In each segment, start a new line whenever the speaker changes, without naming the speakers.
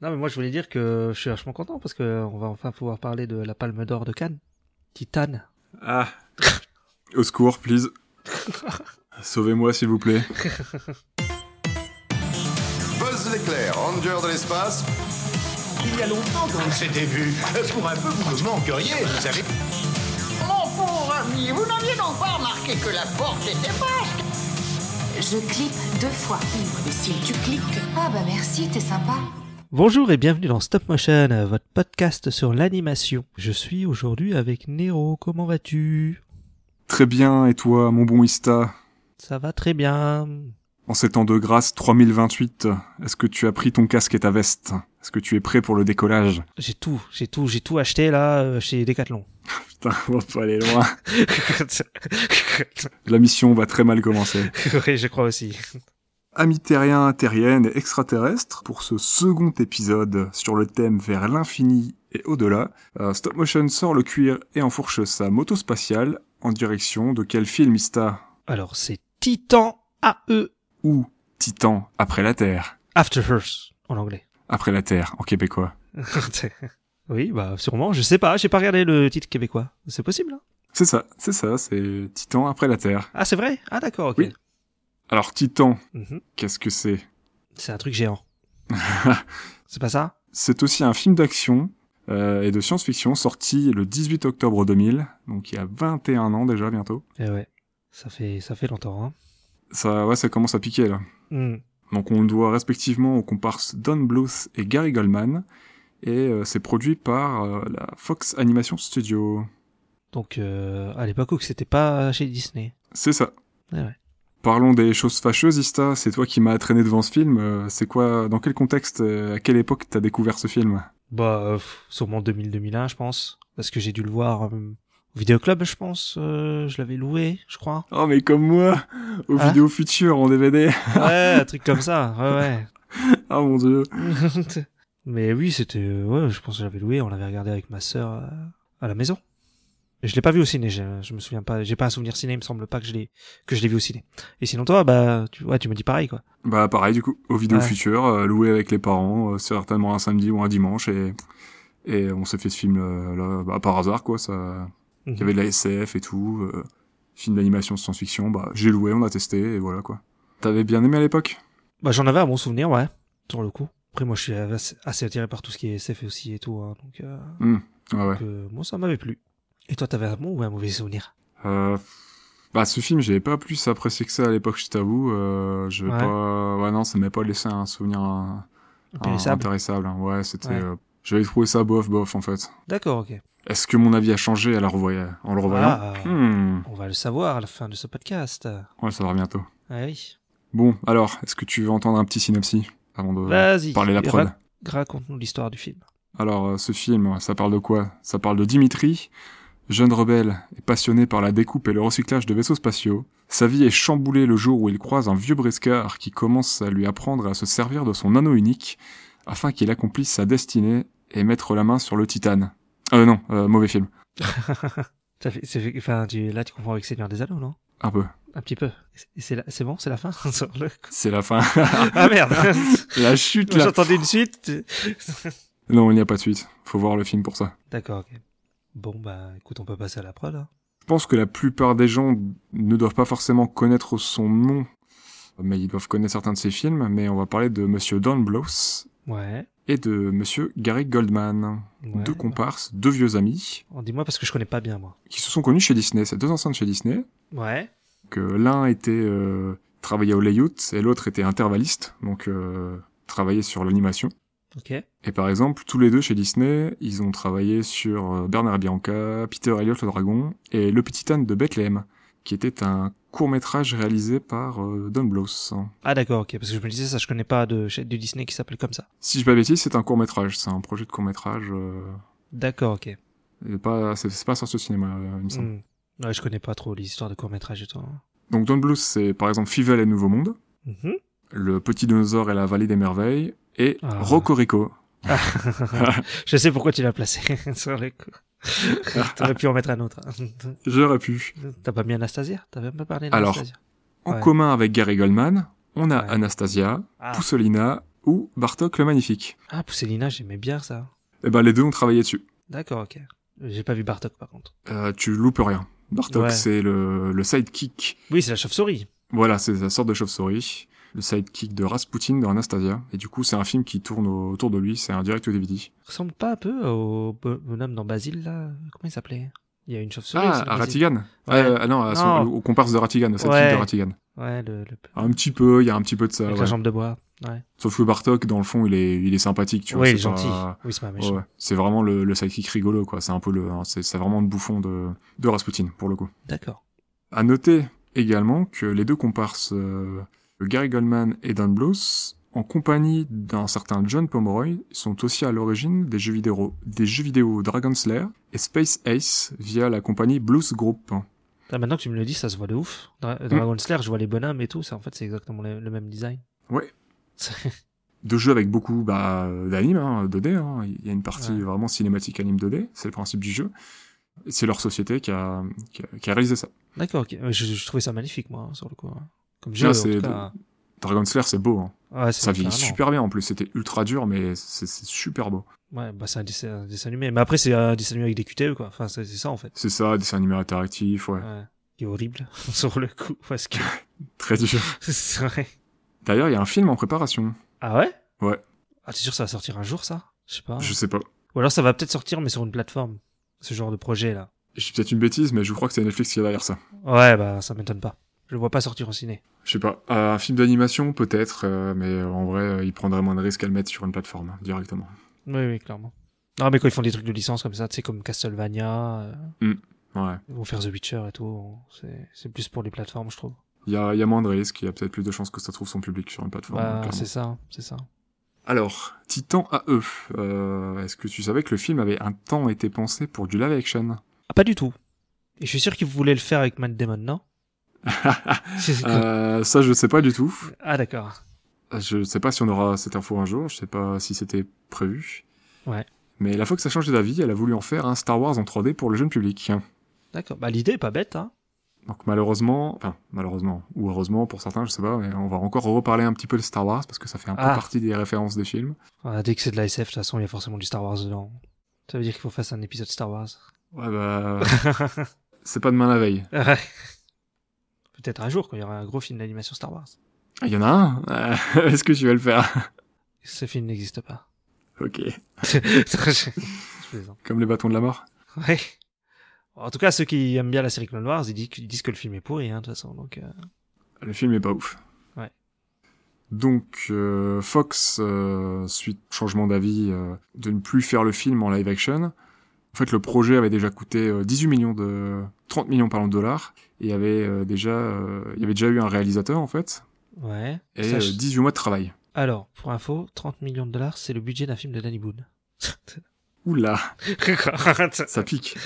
Non, mais moi je voulais dire que je suis vachement content parce que euh, on va enfin pouvoir parler de la Palme d'Or de Cannes. Titane.
Ah. Au secours, please. Sauvez-moi, s'il vous plaît.
Buzz l'éclair, ranger de l'espace.
Il y a longtemps qu'on s'était vu. Pour un peu, vous me manqueriez, vous savez.
Mon pauvre ami, vous n'aviez donc pas remarqué que la porte était basque
Je clique deux fois. Mais si tu cliques. Ah bah merci, t'es sympa.
Bonjour et bienvenue dans Stop Motion, euh, votre podcast sur l'animation. Je suis aujourd'hui avec Nero. Comment vas-tu
Très bien, et toi, mon bon Ista
Ça va très bien.
En ces temps de grâce 3028, est-ce que tu as pris ton casque et ta veste Est-ce que tu es prêt pour le décollage
J'ai tout, j'ai tout, j'ai tout acheté là euh, chez Decathlon.
Putain, on va pas aller loin. La mission va très mal commencer.
oui, je crois aussi.
Amis terriens, terriennes et extraterrestres, pour ce second épisode sur le thème vers l'infini et au-delà, euh, Stop Motion sort le cuir et enfourche sa moto spatiale en direction de quel film, Ista
Alors c'est Titan AE
Ou Titan après la Terre
After Earth en anglais.
Après la Terre, en québécois.
oui, bah sûrement, je sais pas, j'ai pas regardé le titre québécois. C'est possible hein
C'est ça, c'est ça, c'est Titan après la Terre.
Ah, c'est vrai Ah d'accord, OK.
Oui. Alors Titan,
Mhm.
qu'est-ce que c'est
C'est un truc géant. c'est pas ça
C'est aussi un film d'action euh, et de science-fiction sorti le 18 octobre 2000, donc il y a 21 ans déjà bientôt.
Eh ouais. Ça fait ça fait longtemps hein.
Ça, ouais, ça commence à piquer là.
Hmm.
Donc on le doit respectivement aux comparses Don Bluth et Gary Goldman, et euh, c'est produit par euh, la Fox Animation Studio.
Donc euh, à l'époque où c'était pas chez Disney.
C'est ça.
Ouais, Ah ouais.
Parlons des choses fâcheuses, Ista. C'est toi qui m'as traîné devant ce film. Euh, C'est quoi, dans quel contexte, euh, à quelle époque t'as découvert ce film
Bah euh, pff, sûrement 2000 2001 je pense parce que j'ai dû le voir euh, au vidéoclub je pense, euh, je l'avais loué, je crois.
Oh, mais comme moi, aux
Hein
vidéos futures en DVD.
Ouais, un truc comme ça. Ouais
Ah mon dieu.
ouais. Mais oui, c'était euh, ouais, je pense que je l'avais loué, on l'avait regardé avec ma sœur euh, à la maison. Je l'ai pas vu au ciné, je, je me souviens pas, j'ai pas un souvenir ciné, il me semble pas que je l'ai que je l'ai vu au ciné. Et sinon toi bah tu ouais, tu me dis pareil quoi.
Bah pareil du coup, aux vidéos
Ouais.
futures, euh, loué avec les parents, euh, certainement un samedi ou un dimanche et et on s'est fait ce film euh, là bah, par hasard quoi, ça il
Mhm.
y avait de la SF et tout, euh, film d'animation de science-fiction, bah j'ai loué, on a testé et voilà quoi. T'avais bien aimé à l'époque
Bah, j'en avais un bon souvenir, ouais, sur le coup. Après, moi, je suis assez, assez attiré par tout ce qui est SF aussi et tout, hein, donc, euh,
Ah Ouais ouais.
donc, euh, moi, ça m'avait plu. Et toi, t'avais un bon ou un mauvais souvenir
Euh, bah ce film, j'avais pas plus apprécié que ça à l'époque, je t'avoue, euh, je vais
Ouais.
pas ouais non, ça m'a pas laissé un souvenir un- un-
Impérissable
intéressable, hein. Ouais, c'était
Ouais.
euh, j'avais trouvé ça bof bof en fait.
D'accord, ok.
Est-ce que mon avis a changé à la revoyant en le revoyant
Ah,
Hmm.
On va le savoir à la fin de ce podcast.
On va le savoir bientôt.
Ah oui.
Bon, alors, est-ce que tu veux entendre un petit synopsis avant de
Vas-y.
parler la prod
rac- Raconte-nous l'histoire du film.
Alors, euh, ce film, ça parle de quoi Ça parle de Dimitri, jeune rebelle et passionné par la découpe et le recyclage de vaisseaux spatiaux. Sa vie est chamboulée le jour où il croise un vieux briscard qui commence à lui apprendre à se servir de son anneau unique afin qu'il accomplisse sa destinée et mettre la main sur le titane. Euh non, euh, mauvais film.
Ça fait, c'est fait- enfin, tu, là, tu comprends avec Seigneur des Anneaux, non
Un peu.
Un petit peu. Et c'est la- c'est bon, c'est la fin Sur le-
C'est la fin.
Ah merde
la chute, là.
J'entendais une suite.
Non, il n'y a pas de suite. Faut voir le film pour ça.
D'accord, ok. Bon, bah, écoute, on peut passer à la prod. hein.
Je pense que la plupart des gens ne doivent pas forcément connaître son nom, mais ils doivent connaître certains de ses films. Mais on va parler de Monsieur Don Bluth
Ouais.
et de Monsieur Gary Goldman,
ouais.
deux comparses, deux vieux amis
Oh, Dis-moi parce que je connais pas bien moi.
qui se sont connus chez Disney. C'est deux anciens de chez Disney.
Ouais.
Que l'un était euh, travaillait au layout et l'autre était intervalliste, donc euh, travaillait sur l'animation.
Ok.
Et par exemple, tous les deux chez Disney, ils ont travaillé sur euh, Bernard et Bianca, Peter Elliot le dragon et Le Petit Âne de Bethléem, qui était un court-métrage réalisé par euh, Don Bluth.
Ah d'accord, ok. Parce que je me disais ça, je connais pas de chaîne de Disney qui s'appelle comme ça.
Si je ne pas de bêtises, c'est un court-métrage, c'est un projet de court-métrage, euh,
D'accord, ok.
et pas, c'est c'est pas sorti au cinéma, euh, il me semble.
Hmm. Ouais, je connais pas trop les histoires de court métrage et tout. hein.
Donc Don Bluth, c'est par exemple Fivel et Nouveau Monde,
Mhm.
Le Petit Dinosaure et la Vallée des Merveilles, et
Ah.
Rocorico.
je sais pourquoi tu l'as placé sur le coup. T'aurais pu en mettre un autre. hein.
J'aurais pu.
T'as pas mis Anastasia T'as même pas parlé
Alors,
d'Anastasia
En
Ouais.
commun avec Gary Goldman, on a
Ouais.
Anastasia,
Ah.
Poussolina ou Bartok le Magnifique.
Ah, Pousselina, j'aimais bien ça.
Eh ben, les deux ont travaillé dessus.
D'accord, ok. J'ai pas vu Bartok par contre.
Euh, tu loupes rien. Bartok,
Ouais.
c'est le, le sidekick.
Oui, c'est la chauve-souris.
Voilà, c'est la sorte de chauve-souris. Le sidekick de Rasputin dans Anastasia. Et du coup, c'est un film qui tourne au- autour de lui. C'est un direct au DVD.
Ressemble pas un peu au bo- bonhomme dans Basile, là Comment il s'appelait Il y a une chauve-souris.
Ah,
c'est
à
Basile.
Ratigan
Ouais.
Ah, euh, ah non, à son-
Non.
au- au comparse de Ratigan, au sidekick
Ouais.
de Ratigan.
Ouais, le, le-
Un petit peu, il y a un petit peu de ça.
avec
Euh, ouais.
la jambe de bois. Ouais.
Sauf que Bartok, dans le fond, il est, il est sympathique, tu vois.
oui, il est
c'est
gentil.
pas-
Oui, c'est pas un méchant.
Ouais, c'est vraiment le, le sidekick rigolo, quoi. C'est un peu le, c'est c'est vraiment le bouffon de, de Rasputin, pour le coup.
D'accord.
À noter également que les deux comparses, euh, Gary Goldman et Dan Bluth, en compagnie d'un certain John Pomeroy, sont aussi à l'origine des jeux vidéo, des jeux vidéo Dragon Slayer et Space Ace via la compagnie Bluth Group.
Ah, maintenant que tu me le dis, ça se voit de ouf. Dra-
Hmm.
Dragon Slayer, je vois les bonhommes et tout. Ça, en fait, c'est exactement le, le même design.
Ouais.
C'est-
Deux jeux avec beaucoup bah, d'animes, hein, 2D. hein. Il y a une partie
Ouais.
vraiment cinématique anime 2D, c'est le principe du jeu. Et C'est leur société qui a, qui a- qui a réalisé ça.
D'accord, ok. Euh, Je, je trouvais ça magnifique, moi, hein, sur le coup. hein. Comme jeu,
Ah,
en
c'est-
tout cas. hein.
Dragon Slayer, c'est beau. hein.
Ouais, c'est
Ça vieillit
carrément.
super bien en plus. C'était ultra dur, mais c'est c'est super beau.
Ouais, bah, c'est un dessin, un dessin animé. Mais après, c'est un dessin animé avec des QTE, quoi. Enfin, c'est c'est ça, en fait.
C'est ça, dessin animé interactif, ouais.
Ouais. Qui est horrible, sur le coup. Parce que
Très dur.
c'est vrai.
D'ailleurs, il y a un film en préparation.
Ah ouais
Ouais.
Ah, t'es sûr que ça va sortir un jour, ça Je sais pas.
Je sais pas.
Ou alors ça va peut-être sortir, mais sur une plateforme. Ce genre de projet, là.
Je dis peut-être une bêtise, mais je crois que c'est Netflix qui est derrière ça.
Ouais, bah, ça m'étonne pas. Je le vois pas sortir au ciné.
Je sais pas. Euh, un film d'animation, peut-être, euh, mais euh, en vrai, euh, ils prendraient moins de risques à le mettre sur une plateforme, hein, directement.
Oui, oui, clairement. Non, mais quand ils font des trucs de licence comme ça, tu sais, comme Castlevania, euh,
Ouais.
ils vont faire The Witcher et tout, c'est- c'est plus pour les plateformes, je trouve.
Il y a, il y a moins de risques, il y a peut-être plus de chances que ça trouve son public sur une plateforme.
bah,
clairement.
c'est ça, c'est ça.
Alors, Titan à eux. Euh, Est-ce que tu savais que le film avait un temps été pensé pour du live action
Ah, pas du tout. Et je suis sûr qu'ils voulaient le faire avec Matt Damon, non C'est-
Euh, Ça, je sais pas du tout.
Ah, d'accord.
Je sais pas si on aura cette info un jour, je sais pas si c'était prévu.
Ouais.
Mais la Fox a changé d'avis, elle a voulu en faire un Star Wars en 3D pour le jeune public.
D'accord. Bah, l'idée est pas bête, hein.
Donc malheureusement, enfin malheureusement, ou heureusement pour certains, je sais pas, mais on va encore reparler un petit peu de Star Wars parce que ça fait un
Ah.
peu partie des références des films.
Ah, dès que c'est de la SF, de toute façon, il y a forcément du Star Wars dedans. Ça veut dire qu'il faut faire un épisode Star Wars. Ah,
Ouais bah, c'est pas demain la veille.
Ouais. Peut-être un jour, quand il y aura un gros film d'animation Star Wars.
Il y en a un Euh, Est-ce que tu vas le faire
Ce film n'existe pas.
Ok.
Je plaisante.
Comme les bâtons de la mort.
Ouais. En tout cas, ceux qui aiment bien la série Clone Wars, ils disent, ils disent que le film est pourri, hein, de toute façon. Donc, euh,
Le film est pas ouf.
Ouais.
Donc euh, Fox, euh, suite au changement d'avis euh, de ne plus faire le film en live action, en fait le projet avait déjà coûté euh, 18 millions de 30 millions pardon, de dollars et avait euh, déjà euh, il y avait déjà eu un réalisateur en fait
ouais.
et
Ça,
euh,
je-
18 mois de travail.
Alors, pour info, 30 millions de dollars, c'est le budget d'un film de Danny Boone.
Oula, ça pique.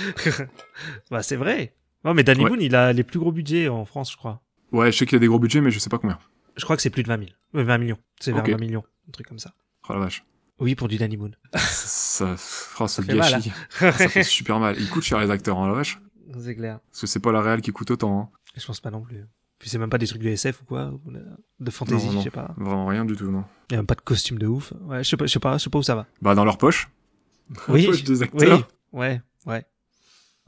bah, c'est vrai. Non, mais Danny
Ouais.
Boone, il a les plus gros budgets en France, je crois.
Ouais, je sais qu'il y a des gros budgets mais je sais pas combien.
Je crois que c'est plus de 20 000. Euh, 20 millions. C'est vers
Ok.
20 millions. Un truc comme ça.
Oh la vache.
Oui, pour du Danny Boone.
Ça, oh, ce
fait mal, hein.
gâchis. ça fait super mal. Il coûte cher les acteurs, hein, la vache.
C'est clair.
Parce que c'est pas la réelle qui coûte autant. hein.
Je pense pas non plus. Puis c'est même pas des trucs de SF ou quoi, ou de- de fantasy,
Non, non.
je sais pas.
Vraiment rien du tout, non.
Il y a même pas de costume de ouf. Ouais, je sais pas, je sais pas, je sais pas où ça va.
Bah dans leur poche.
Oui.
poche des
Oui.
acteurs.
Ouais, ouais.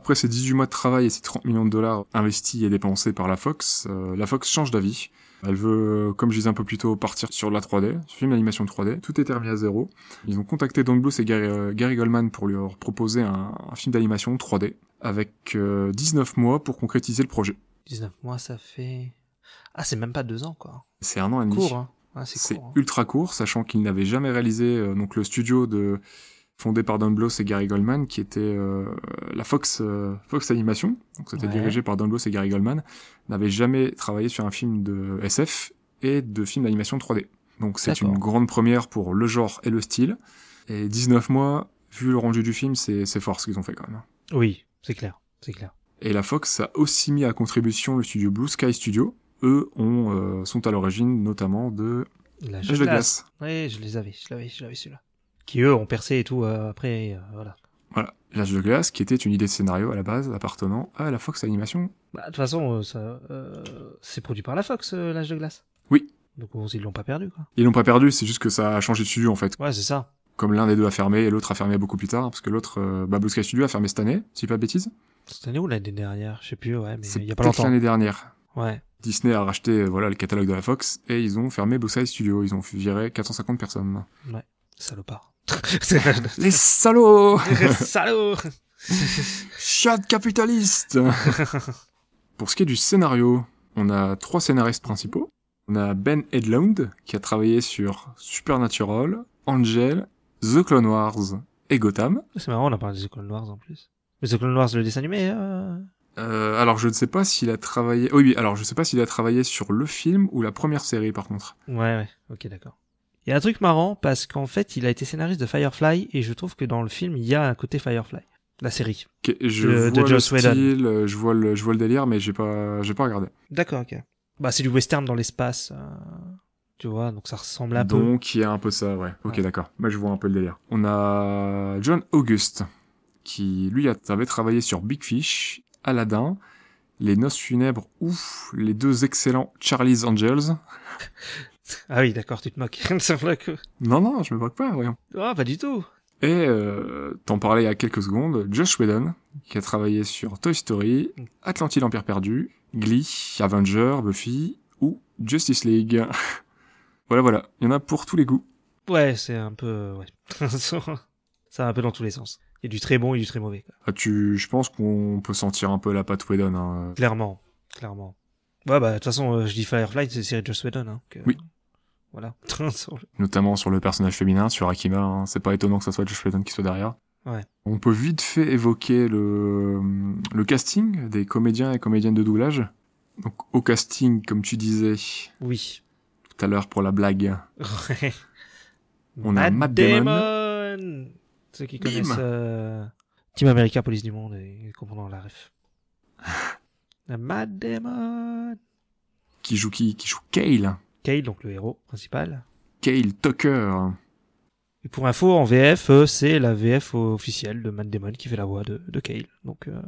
Après ces 18 mois de travail et ces 30 millions de dollars investis et dépensés par la Fox, euh, la Fox change d'avis. Elle veut, euh, comme je disais un peu plus tôt, partir sur la 3D, sur une animation 3D. Tout est remis à zéro. Ils ont contacté Don Bluth et Gary, euh, Gary Goldman pour leur proposer un, un film d'animation 3D avec euh, 19 mois pour concrétiser le projet.
19 mois, ça fait. Ah, c'est même pas deux ans, quoi.
C'est un an et demi.
Court, hein. Ouais, c'est
C'est
court. hein.
ultra court, sachant qu'ils n'avaient jamais réalisé euh, donc le studio de fondé par Don Bluth et Gary Goldman, qui était euh, la Fox euh, Fox Animation, donc c'était
Ouais.
dirigé par Don Bluth et Gary Goldman, n'avaient jamais travaillé sur un film de SF et de film d'animation 3D. Donc c'est
D'accord.
une grande première pour le genre et le style. Et 19 mois, vu le rendu du film, c'est c'est fort ce qu'ils ont fait quand même. hein.
Oui, c'est clair, c'est clair.
Et la Fox a aussi mis à contribution le studio Blue Sky Studio. Eux ont, euh, sont à l'origine notamment de
La
L'âge de glace.
Ouais, je les avais, je l'avais, je l'avais celui-là. Qui eux ont percé et tout euh, après, euh, voilà.
Voilà, L'âge de glace, qui était une idée de scénario à la base appartenant à la Fox Animation.
Bah, de toute façon, euh, ça, euh, c'est produit par la Fox, euh, l'âge de glace.
Oui.
Donc bon, ils l'ont pas perdu, quoi.
Ils l'ont pas perdu, c'est juste que ça a changé de studio en fait.
Ouais, c'est ça.
Comme l'un des deux a fermé et l'autre a fermé beaucoup plus tard, parce que l'autre, euh, bah, Blue Sky Studio a fermé cette année, si pas de bêtises.
Cette année ou l'année dernière, je sais plus, ouais, mais
C'est
il y a pas
peut-être
longtemps.
l'année dernière.
Ouais.
Disney a racheté euh, voilà le catalogue de la Fox et ils ont fermé Blue Sky Studio. Ils ont viré 450 personnes.
Salopard.
Les salauds
Salaud
Chat capitaliste Pour ce qui est du scénario, on a trois scénaristes principaux. On a Ben Edlund, qui a travaillé sur Supernatural, Angel, The Clone Wars et Gotham.
C'est marrant, on a parlé des écoles noires en plus. Mais écoles noires, le dessin animé, euh...
Euh, alors je ne sais pas s'il a travaillé... Oui, oui, alors je sais pas s'il a travaillé sur le film ou la première série par contre.
Ouais, ouais, ok, d'accord. Il y a un truc marrant parce qu'en fait, il a été scénariste de Firefly et je trouve que dans le film, il y a un côté Firefly, la série.
Ok, je,
Euh, de
vois le
Joss Whedon.
style, euh, je vois le, je vois le délire, mais j'ai pas, j'ai pas regardé.
D'accord, ok. Bah, c'est du western dans l'espace, euh, tu vois, donc ça ressemble un peu.
Donc il y a un peu ça, ouais. Ok,
Ouais.
d'accord. Moi, je vois un peu le délire. On a John August, qui lui a- avait travaillé sur Big Fish, Aladdin, Les Noces Funèbres ou les deux excellents Charlie's Angels.
Ah oui, d'accord, tu te moques. Ça me la queue.
Non, non, je me moque pas, voyons.
Ah, pas du tout.
Et euh, t'en parlais il y a quelques secondes, Josh Whedon, qui a travaillé sur Toy Story, Atlantide Empire Perdu, Glee, Avenger, Buffy ou Justice League. voilà, voilà, il y en a pour tous les goûts.
Ouais, c'est un peu, ouais. ça va un peu dans tous les sens. Il y a du très bon et du très mauvais, quoi.
Ah, tu, je pense qu'on peut sentir un peu la patte Whedon. hein.
Clairement, clairement. Ouais, bah, de toute façon, euh, je dis Firefly, c'est série de Joss Whedon, hein. que-
Oui.
Voilà.
notamment sur le personnage féminin, sur Akima. hein. C'est pas étonnant que ça soit Josh Whedon qui soit derrière.
Ouais.
On peut vite fait évoquer le, le casting des comédiens et comédiennes de doublage. Donc au casting, comme tu disais
oui.
tout à l'heure pour la blague,
Ouais.
On a Matt Damon.
Damon. Ceux qui
Bim.
connaissent euh, Team America, Police du Monde, et comprenant la ref. Matt Damon.
qui joue qui, qui joue Kale,
Kale, donc le héros principal.
Kale Tucker.
Et pour info, en VF, euh, c'est la VF officielle de Matt Damon qui fait la voix de, de Kale. Donc, euh,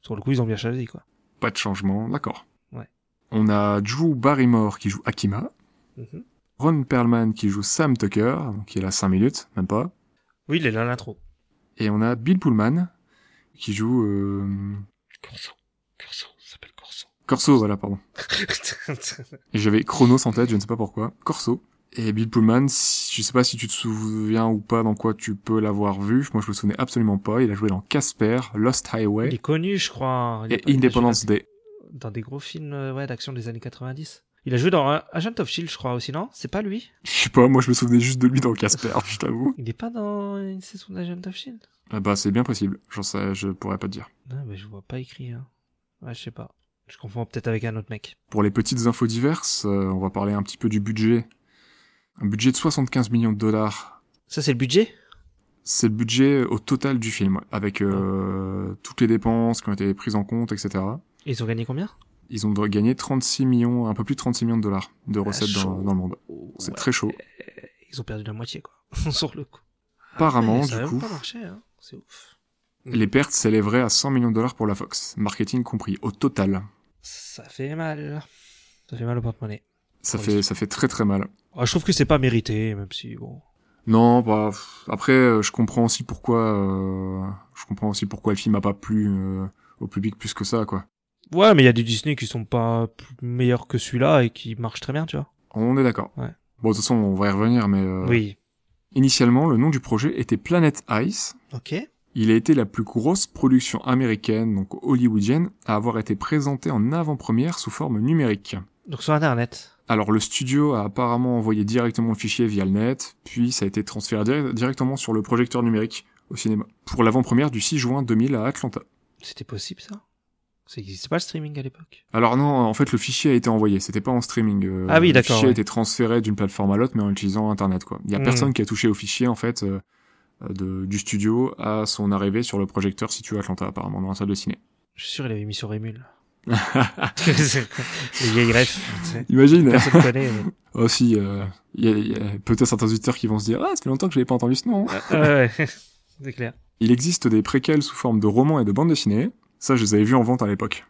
sur le coup, ils ont bien choisi, quoi.
Pas de changement, d'accord.
Ouais.
On a Drew Barrymore qui joue Akima,
Mhm.
Ron Perlman qui joue Sam Tucker, qui est là 5 minutes, même pas.
Oui, il est là l'intro.
Et on a Bill Pullman qui joue euh,
Corso. Corso, ça s'appelle Corso.
Corso, voilà, pardon. Et J'avais Chronos en tête, je ne sais pas pourquoi. Corso. Et Bill Pullman, si- je sais pas si tu te souviens ou pas dans quoi tu peux l'avoir vu. Moi, je me souvenais absolument pas. Il a joué dans Casper, Lost
Il est
Highway
connu, je crois. Il est
et
pas- il a joué
Independence Day.
dans- Dans des gros films euh, ouais, d'action des années 90. Il a joué dans euh, Agent of Shield, je crois aussi, non C'est pas lui
Je sais pas, moi, je me souvenais juste de lui dans Casper, je t'avoue.
Il est pas dans une saison d'Agent of Shield
Ah bah, c'est bien possible. J'en sais, je pourrais pas te dire.
E Non, mais je vois pas écrit. Hein. Ouais, je sais pas. Je confonds peut-être avec un autre mec.
Pour les petites infos diverses, euh, on va parler un petit peu du budget. Un budget de 75 millions de dollars
Ça, c'est le budget
C'est le budget euh, au total du film, ouais, avec euh, toutes les dépenses qui ont été prises en compte, etc.
Ils ont gagné combien
Ils ont gagné 36 millions, un peu plus de 36 millions de dollars de recettes dans,
Ah, chaud.
dans le monde. C'est
Ouais. Euh,
très chaud.
Ils ont perdu la moitié, quoi. Sur le coup.
Apparemment,
Ouais, ça a
du
même
coup,
pas marché, hein. C'est ouf.
les pertes s'élévraient à 100 millions de dollars pour la Fox, marketing compris, au total.
Ça fait mal. Ça fait mal au porte-monnaie.
Ça
Oui.
fait, ça fait très très mal.
Ah, je trouve que c'est pas mérité, même si, bon...
Non, bah pff, après, euh, je comprends aussi pourquoi, euh, je comprends aussi pourquoi le film a pas plu euh, au public plus que ça, quoi.
Ouais, mais il y a des Disney qui sont pas plus- meilleurs que celui-là et qui marchent très bien, tu vois.
On est d'accord.
Ouais.
Bon, de toute façon, on va y revenir, mais euh,
Oui.
initialement, le nom du projet était Planet Ice.
Ok.
Il a été la plus grosse production américaine, donc hollywoodienne, à avoir été présentée en avant-première sous forme numérique.
Donc sur Internet.
Alors le studio a apparemment envoyé directement le fichier via le net, puis ça a été transféré dir- directement sur le projecteur numérique au cinéma, pour l'avant-première du 6 juin 2000 à Atlanta.
C'était possible, ça Ça n'existait pas le streaming à l'époque.
Alors non, en fait le fichier a été envoyé, c'était pas en streaming. euh,
Ah oui,
Le
d'accord,
fichier a
ouais.
été transféré d'une plateforme à l'autre, mais en utilisant Internet quoi. Il y a
Hmm.
personne qui a touché au fichier en fait euh, de- du studio à son arrivée sur le projecteur situé à Atlanta apparemment dans la salle de ciné.
Je suis sûr, il avait mis sur Emule. Les vieilles greffes. tu sais.
Imagine.
Personne connaît. mais-
Oh si, euh, y a, y a peut-être certains auditeurs qui vont se dire « Ah, ça fait longtemps que j'avais pas entendu ce nom
Ouais, ouais. C'est clair. ».
Il existe des préquels sous forme de romans et de bandes dessinées. Ça, je les avais vus en vente à l'époque.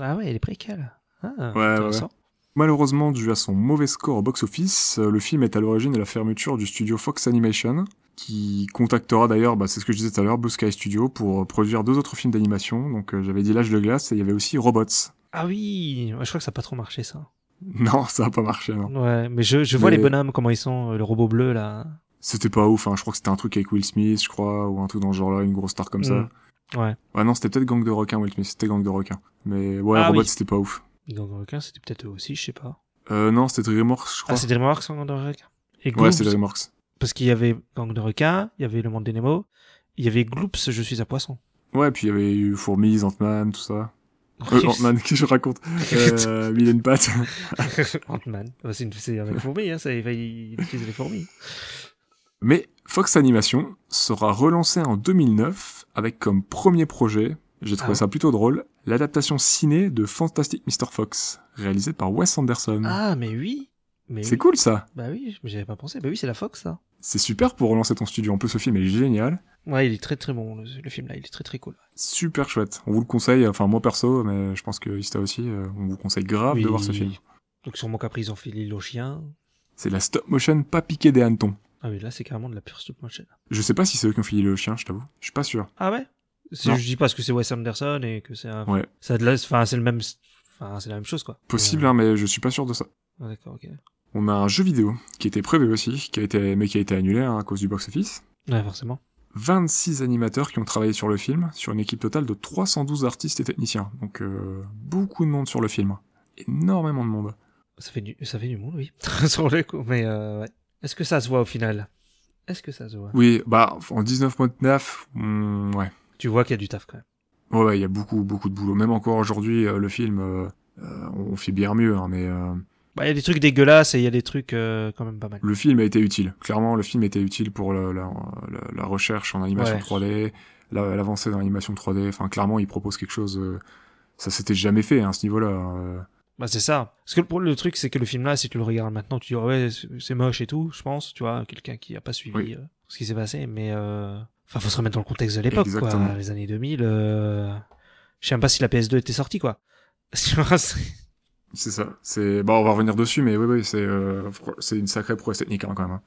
Ah ouais, il est préquel. Ah,
ouais.
intéressant.
Malheureusement, dû à son mauvais score au box-office, euh, le film est à l'origine de la fermeture du studio Fox Animation, qui contactera d'ailleurs, bah, c'est ce que je disais tout à l'heure, Blue Sky Studio pour euh, produire deux autres films d'animation. Donc euh, j'avais dit L'âge de glace et il y avait aussi Robots.
Ah oui, ouais, je crois que ça n'a pas trop marché ça.
Non, ça a pas marché, non.
Ouais, mais je, je vois
Mais-
les bonhommes, comment ils sont, euh, le robot bleu là.
C'était pas ouf, hein. je crois que c'était un truc avec Will Smith, je crois, ou un truc dans ce genre-là, une grosse star comme ça.
Mm. Ouais.
Ah non, c'était peut-être Gang de requins, Will Smith, c'était Gang de requins. Mais ouais,
Ah
Robots,
oui.
c'était pas ouf.
Les gangs de requins, c'était peut-être eux aussi, je sais pas.
Euh, non, c'était Dreamworks, je crois.
Ah, c'est Dreamworks, en gang de requins Et
ouais,
Gloops,
c'était Dreamworks.
parce qu'il y avait gang de requins, il y avait le monde des Nemo, il y avait Gloops, je suis un poisson.
Ouais, puis il y avait eu Fourmis, Ant-Man, tout ça. Euh, Ant-Man, qu'est-ce que je raconte euh, Mille et une pattes.
Ant-Man. Bah, c'est une- c'est avec fourmis, hein, ça, il, il utilise les fourmis.
Mais Fox Animation sera relancé en 2009 avec comme premier projet, j'ai trouvé
Ah ouais
ça plutôt drôle, l'adaptation ciné de Fantastic Mr. Fox, réalisée par Wes Anderson.
Ah, mais oui. Mais
Mm. C'est
oui.
cool ça
Bah oui, mais j'avais pas pensé. Bah oui, c'est la Fox, ça.
C'est super pour relancer ton studio. En plus, ce film est génial.
Ouais, il est très très bon, le, le film là, il est très très cool.
Super chouette. On vous le conseille. Enfin, moi perso, mais je pense que Ista aussi, euh, on vous conseille grave
Oui.
de voir ce film.
Donc sûrement qu'après ils ont fait l'île aux chiens.
C'est la stop motion pas piquée des hannetons.
Ah mais là c'est carrément de la pure stop motion.
Je sais pas si c'est eux qui ont filé le chien, je t'avoue. Je suis pas sûr.
Ah ouais C'est-
Non.
Je dis pas parce que c'est Wes Anderson et que c'est un...
Ouais.
ça a de la... enfin, c'est le même... Enfin, c'est la même chose quoi.
Possible,
Euh,
hein, mais je suis pas sûr de ça.
ah, D'accord, ok.
On a un jeu vidéo qui était prévu aussi, qui a été, mais qui a été annulé hein, à cause du box-office.
Ouais, forcément.
26 animateurs qui ont travaillé sur le film, sur une équipe totale de 312 artistes et techniciens. Donc euh, beaucoup de monde sur le film. Énormément de monde.
Ça fait du, ça fait du monde, oui. Sur le coup, mais euh, ouais. Est-ce que ça se voit au final Est-ce que ça se voit
Oui, bah en 19.9, hmm, ouais.
Tu vois qu'il y a du taf quand même.
Ouais, ouais, il y a beaucoup, beaucoup de boulot. Même encore aujourd'hui, euh, le film, euh, euh, on fait bien mieux, hein, mais euh,
Bah, il y a des trucs dégueulasses et il y a des trucs euh, quand même pas mal.
le film a été utile. Clairement, le film était utile pour la, la- la- la recherche en animation
Ouais.
3D, la- l'avancée dans l'animation 3D. Enfin, clairement, il propose quelque chose. euh, ça s'était jamais fait hein, à ce niveau-là. euh.
Bah, c'est ça. Parce que le, le truc, c'est que le film là, si tu le regardes maintenant, tu dis Ah ouais, c'est c'est moche et tout, je pense, tu vois, quelqu'un qui a pas suivi
Oui.
euh, ce qui s'est passé, mais euh... enfin, faut se remettre dans le contexte de l'époque, quoi.
Exactement.
Les années 2000, euh... je sais même pas si la PS2 était sortie, quoi. Tu vois, c'est-
C'est ça. C'est. Bah, on va revenir dessus, mais oui, oui, c'est euh, c'est une sacrée prouesse technique hein, quand même. hein.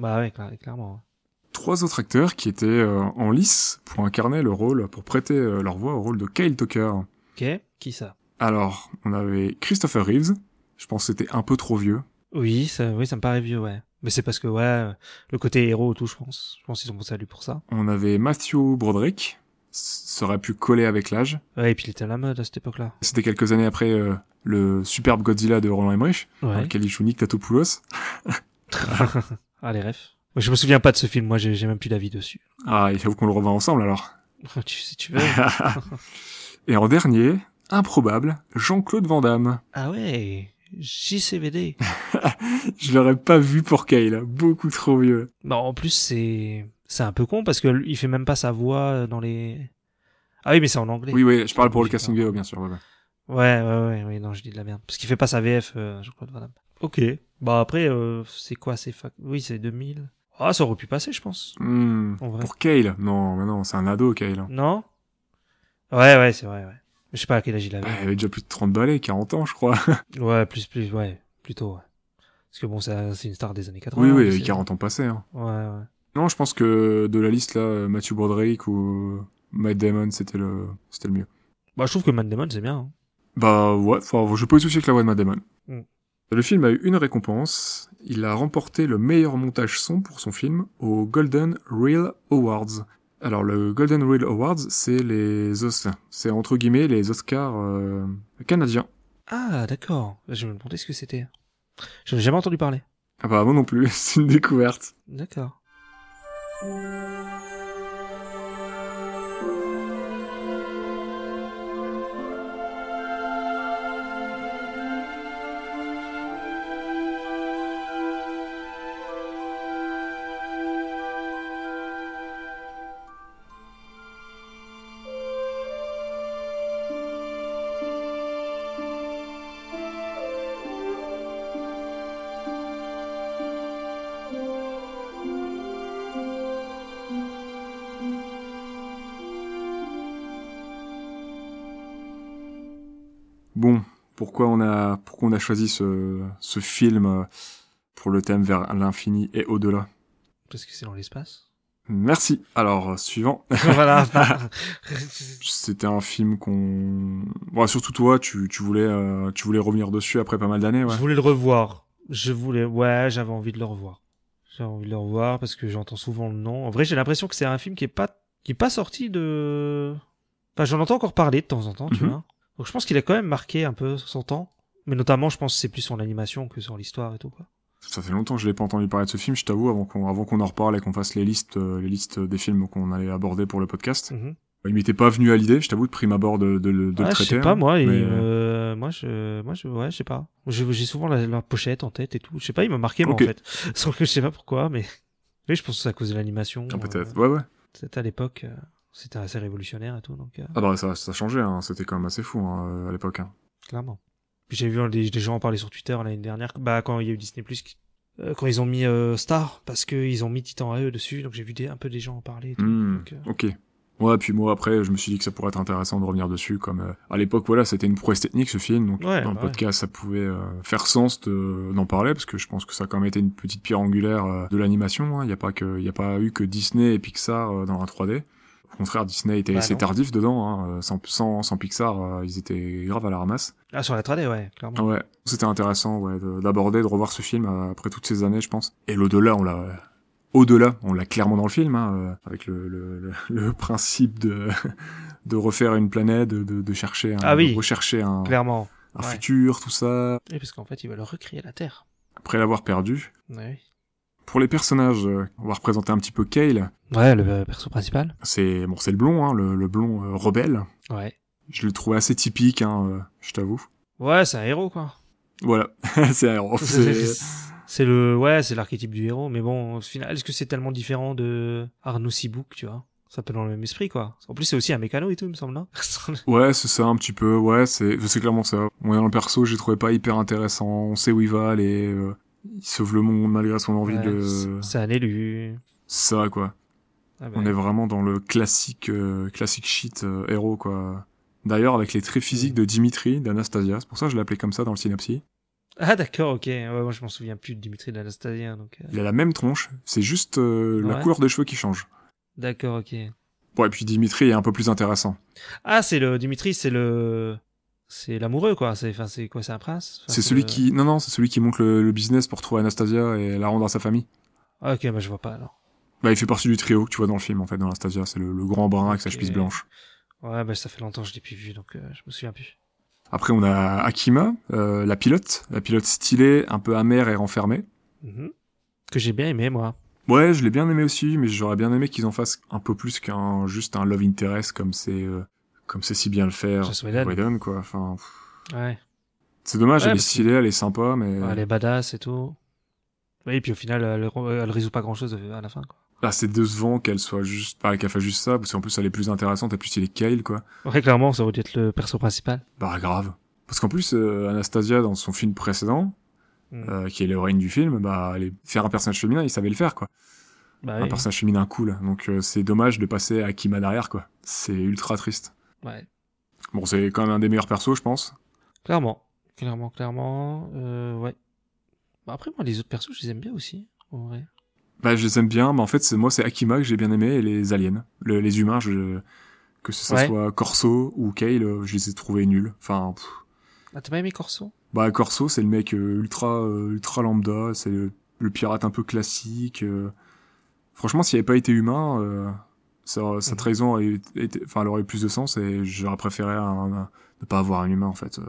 bah ouais, cla- clairement.
Trois autres acteurs qui étaient euh, en lice pour incarner le rôle, pour prêter euh, leur voix au rôle de Kyle Tucker.
hein. Ok, qui ça
Alors, on avait Christopher Reeves. Je pense que c'était un peu trop vieux.
Oui, ça, oui, ça me paraît vieux, ouais. Mais c'est parce que, ouais, euh, le côté héros et tout, je pense. Je pense qu'ils ont pensé à lui pour ça.
On avait Matthew Broderick. S- Ça aurait pu coller avec l'âge.
Ouais, et puis il était à la mode à cette époque-là.
C'était quelques années après euh, le superbe Godzilla de Roland Emmerich, dans
Ouais.
lequel il joue Nick Tatopoulos.
ah, les refs. Moi, je me souviens pas de ce film, moi, j'ai j'ai même plus d'avis dessus.
Ah, il faut qu'on le revoie ensemble alors.
tu, si tu veux.
Et en dernier, improbable, Jean-Claude Van Damme.
ah ouais, JCVD.
Je l'aurais pas vu pour Kyle, beaucoup trop vieux.
Bah, en plus, c'est, c'est un peu con parce que lui, il fait même pas sa voix dans les. Ah oui, mais c'est en anglais.
Oui, oui, je parle pour le
Je sais
casting
pas.
vidéo, bien sûr. ouais, ouais.
Ouais, ouais, ouais, ouais, non, je dis de la merde. Parce qu'il fait pas sa VF, euh, je crois, de Van Damme. Ok. Bah, après, euh, c'est quoi, c'est fac... Oui, c'est 2000. Ah, ça aurait pu passer, je pense.
Hmm,
En vrai.
Pour Kyle Non, mais non, c'est un ado, Kyle.
Non Ouais, ouais, c'est vrai, ouais. Mais Je sais pas à quel âge il
Bah,
avait.
il avait déjà plus de 30 balais, 40 ans, je crois.
Ouais, plus, plus, ouais, plutôt, ouais. Parce que bon, ça- c'est une star des années 80.
Oui, oui, il
mais
avait
c'est-
40 ans passés. hein.
Ouais, ouais.
Non, je pense que de la liste là, Matthew Broderick ou Matt Damon, c'était le, c'était le mieux.
Bah, je trouve que Man Damon, c'est bien. hein.
Bah ouais, enfin, je peux pas eu de souci avec la voix de Matt Damon.
Mm.
Le film a eu une récompense. Il a remporté le meilleur montage son pour son film au Golden Reel Awards. Alors le Golden Reel Awards, c'est les Oscars, c'est entre guillemets les Oscars euh, canadiens.
Ah, d'accord. Je me demandais ce que c'était. J'en ai jamais entendu parler.
Ah bah moi non plus, c'est une découverte.
D'accord.
Bon, pourquoi on a, pourquoi on a choisi ce, ce film euh, pour le thème vers l'infini et au-delà.
Parce que c'est dans l'espace.
Merci. Alors, euh, suivant.
voilà.
C'était un film qu'on... Bon, surtout toi, tu, tu, voulais, euh, tu voulais revenir dessus après pas mal d'années, ouais.
Je voulais le revoir. Je voulais, ouais, j'avais envie de le revoir. J'avais envie de le revoir parce que j'entends souvent le nom. En vrai, j'ai l'impression que c'est un film qui est pas, qui est pas sorti de. Enfin, j'en entends encore parler de temps en temps, tu
Mhm.
vois. Donc, je pense qu'il a quand même marqué un peu son temps. Mais notamment, je pense que c'est plus son animation que sur l'histoire et tout, quoi.
Ça fait longtemps que je l'ai pas entendu parler de ce film, je t'avoue, avant qu'on, avant qu'on en reparle et qu'on fasse les listes, euh, les listes des films qu'on allait aborder pour le podcast.
Mhm.
Il m'était pas venu à l'idée, je t'avoue, de prime abord de, de, le- de
Ouais,
le
Ah, je
traiter.
sais pas,
hein,
moi, il euh,
mais, euh,
me- moi, je, moi, je, ouais, je sais pas. Je- J'ai souvent la, la pochette en tête et tout. Je sais pas, il m'a marqué, moi,
Ok.
en fait. Sans que je sais pas pourquoi, mais. Oui, je pense que c'est à cause de l'animation.
ah,
euh,
peut-être. Ouais, ouais.
C'était à l'époque, euh, c'était assez révolutionnaire et tout, donc euh,
Ah bah ça, ça changeait, hein. c'était quand même assez fou hein, à l'époque. hein.
clairement. Puis j'ai vu un des, des gens en parler sur Twitter l'année dernière, bah quand il y a eu Disney Plus, quand ils ont mis euh, Star, parce qu'ils ont mis Titan AE dessus, donc j'ai vu des, un peu des gens en parler. Et tout,
Hmm,
donc, euh,
Ok. Ouais, puis moi après, je me suis dit que ça pourrait être intéressant de revenir dessus, comme euh, à l'époque, voilà, c'était une prouesse technique ce film, donc
Ouais,
dans le
bah
podcast, ça pouvait euh, faire sens de- d'en parler, parce que je pense que ça a quand même été une petite pierre angulaire euh, de l'animation. hein. Il n'y a pas que, il y a pas eu que Disney et Pixar euh, dans la 3D. Au contraire, Disney était
Bah
assez
non.
tardif dedans. hein. Euh, Sans, sans, sans Pixar, euh, ils étaient grave à la ramasse.
Ah sur la 3D, ouais, clairement.
Ouais, c'était intéressant ouais, de- d'aborder, de revoir ce film euh, après toutes ces années, je pense. Et l'au-delà, on l'a, euh, au-delà, on l'a clairement dans le film, hein, euh, avec le, le, le, le principe de de refaire une planète, de, de, de chercher, un,
Ah oui.
de rechercher un,
Clairement.
un
ouais.
futur, tout ça.
Et parce qu'en fait, ils veulent recréer la Terre.
Après l'avoir perdu.
Ouais,
Pour les personnages, euh, on va représenter un petit peu Kale.
ouais le euh, perso principal.
C'est bon, c'est le blond, hein, le, le blond euh, rebelle.
Ouais.
Je le trouvais assez typique, hein, euh, je t'avoue.
Ouais, c'est un héros, quoi.
Voilà, c'est un- c'est-
C'est le, ouais, c'est l'archétype du héros, mais bon, au final, est-ce que c'est tellement différent de Arnaud Sibouk, tu vois? Ça peut dans le même esprit, quoi. En plus, c'est aussi un mécano et tout, il me semble, non?
Ouais, c'est ça, un petit peu. Ouais, c'est c'est clairement ça. Moi, dans le perso, j'ai trouvé pas hyper intéressant. On sait où il va aller. euh, il sauve le monde malgré son envie
Ouais,
de...
c'est- C'est un élu.
Ça, quoi.
Ah bah,
On est vraiment dans le classique, euh, classique shit euh, héros, quoi. D'ailleurs, avec les traits physiques de Dimitri, d'Anastasia. C'est pour ça que je l'appelais comme ça dans le synopsis.
Ah, d'accord, ok. Ouais, moi, je m'en souviens plus de Dimitri d'Anastasien, donc. euh,
Il a la même tronche. C'est juste euh, la
Ouais.
couleur des cheveux qui change.
D'accord, ok.
Bon, et puis Dimitri est un peu plus intéressant.
Ah, c'est le, Dimitri, c'est le, c'est l'amoureux, quoi. C'est, enfin, c'est quoi, c'est un prince? Enfin,
c'est celui
le-
qui... Non, non, c'est celui qui monte le, le business pour trouver Anastasia et la rendre à sa famille.
Ah, ok, bah, je vois pas, alors.
Bah, il fait partie du trio que tu vois dans le film, en fait, dans Anastasia. C'est le, le grand brun avec sa
Ok.
chemise blanche.
Ouais, bah, ça fait longtemps que je l'ai plus vu, donc, euh, je me souviens plus.
Après, on a Akima, euh, la pilote. La pilote stylée, un peu amère et renfermée.
Mhm. Que j'ai bien aimé, moi.
Ouais, je l'ai bien aimé aussi, mais j'aurais bien aimé qu'ils en fassent un peu plus qu'un juste un love interest comme c'est euh, comme c'est si bien le faire.
Joss Whedon.
Whedon, quoi. Enfin, pff,
Ouais.
c'est dommage.
Ouais,
elle est
parce que-
stylée, elle est sympa, mais
Ouais, Elle est badass et tout. Oui, et puis au final, elle, elle résout pas grand chose à la fin. Quoi.
là, c'est décevant qu'elle soit juste, bah, qu'elle fasse juste ça, parce qu'en plus, elle est plus intéressante, et plus elle est Kyle, quoi.
Ouais, clairement, ça aurait dû être le perso principal.
Bah grave. Parce qu'en plus, euh, Anastasia, dans son film précédent,
Mm.
euh, qui est l'héroïne du film, bah, elle est- faire un personnage féminin, il savait le faire, quoi.
Bah
un
oui.
personnage féminin cool. Donc euh, c'est dommage de passer à Akima derrière, quoi. C'est ultra triste.
Ouais.
Bon, c'est quand même un des meilleurs persos, je pense.
Clairement. Clairement, clairement. Euh, ouais. Bah, après, moi, les autres persos, je les aime bien aussi. En vrai.
Bah, je les aime bien, mais en fait, c'est moi, c'est Akima que j'ai bien aimé et les aliens. Le- les humains, je, que ce ça
Ouais.
soit Corso ou Kale, euh, je les ai trouvés nuls. Enfin, pff.
Ah, t'as pas aimé Corso
bah, Corso, c'est le mec euh, ultra, euh, ultra lambda, c'est le, le pirate un peu classique. euh. Franchement, s'il avait pas été humain, euh, sa, sa
Mhm.
trahison aurait été- enfin, elle aurait eu plus de sens et j'aurais préféré un- un- ne pas avoir un humain, en fait. euh,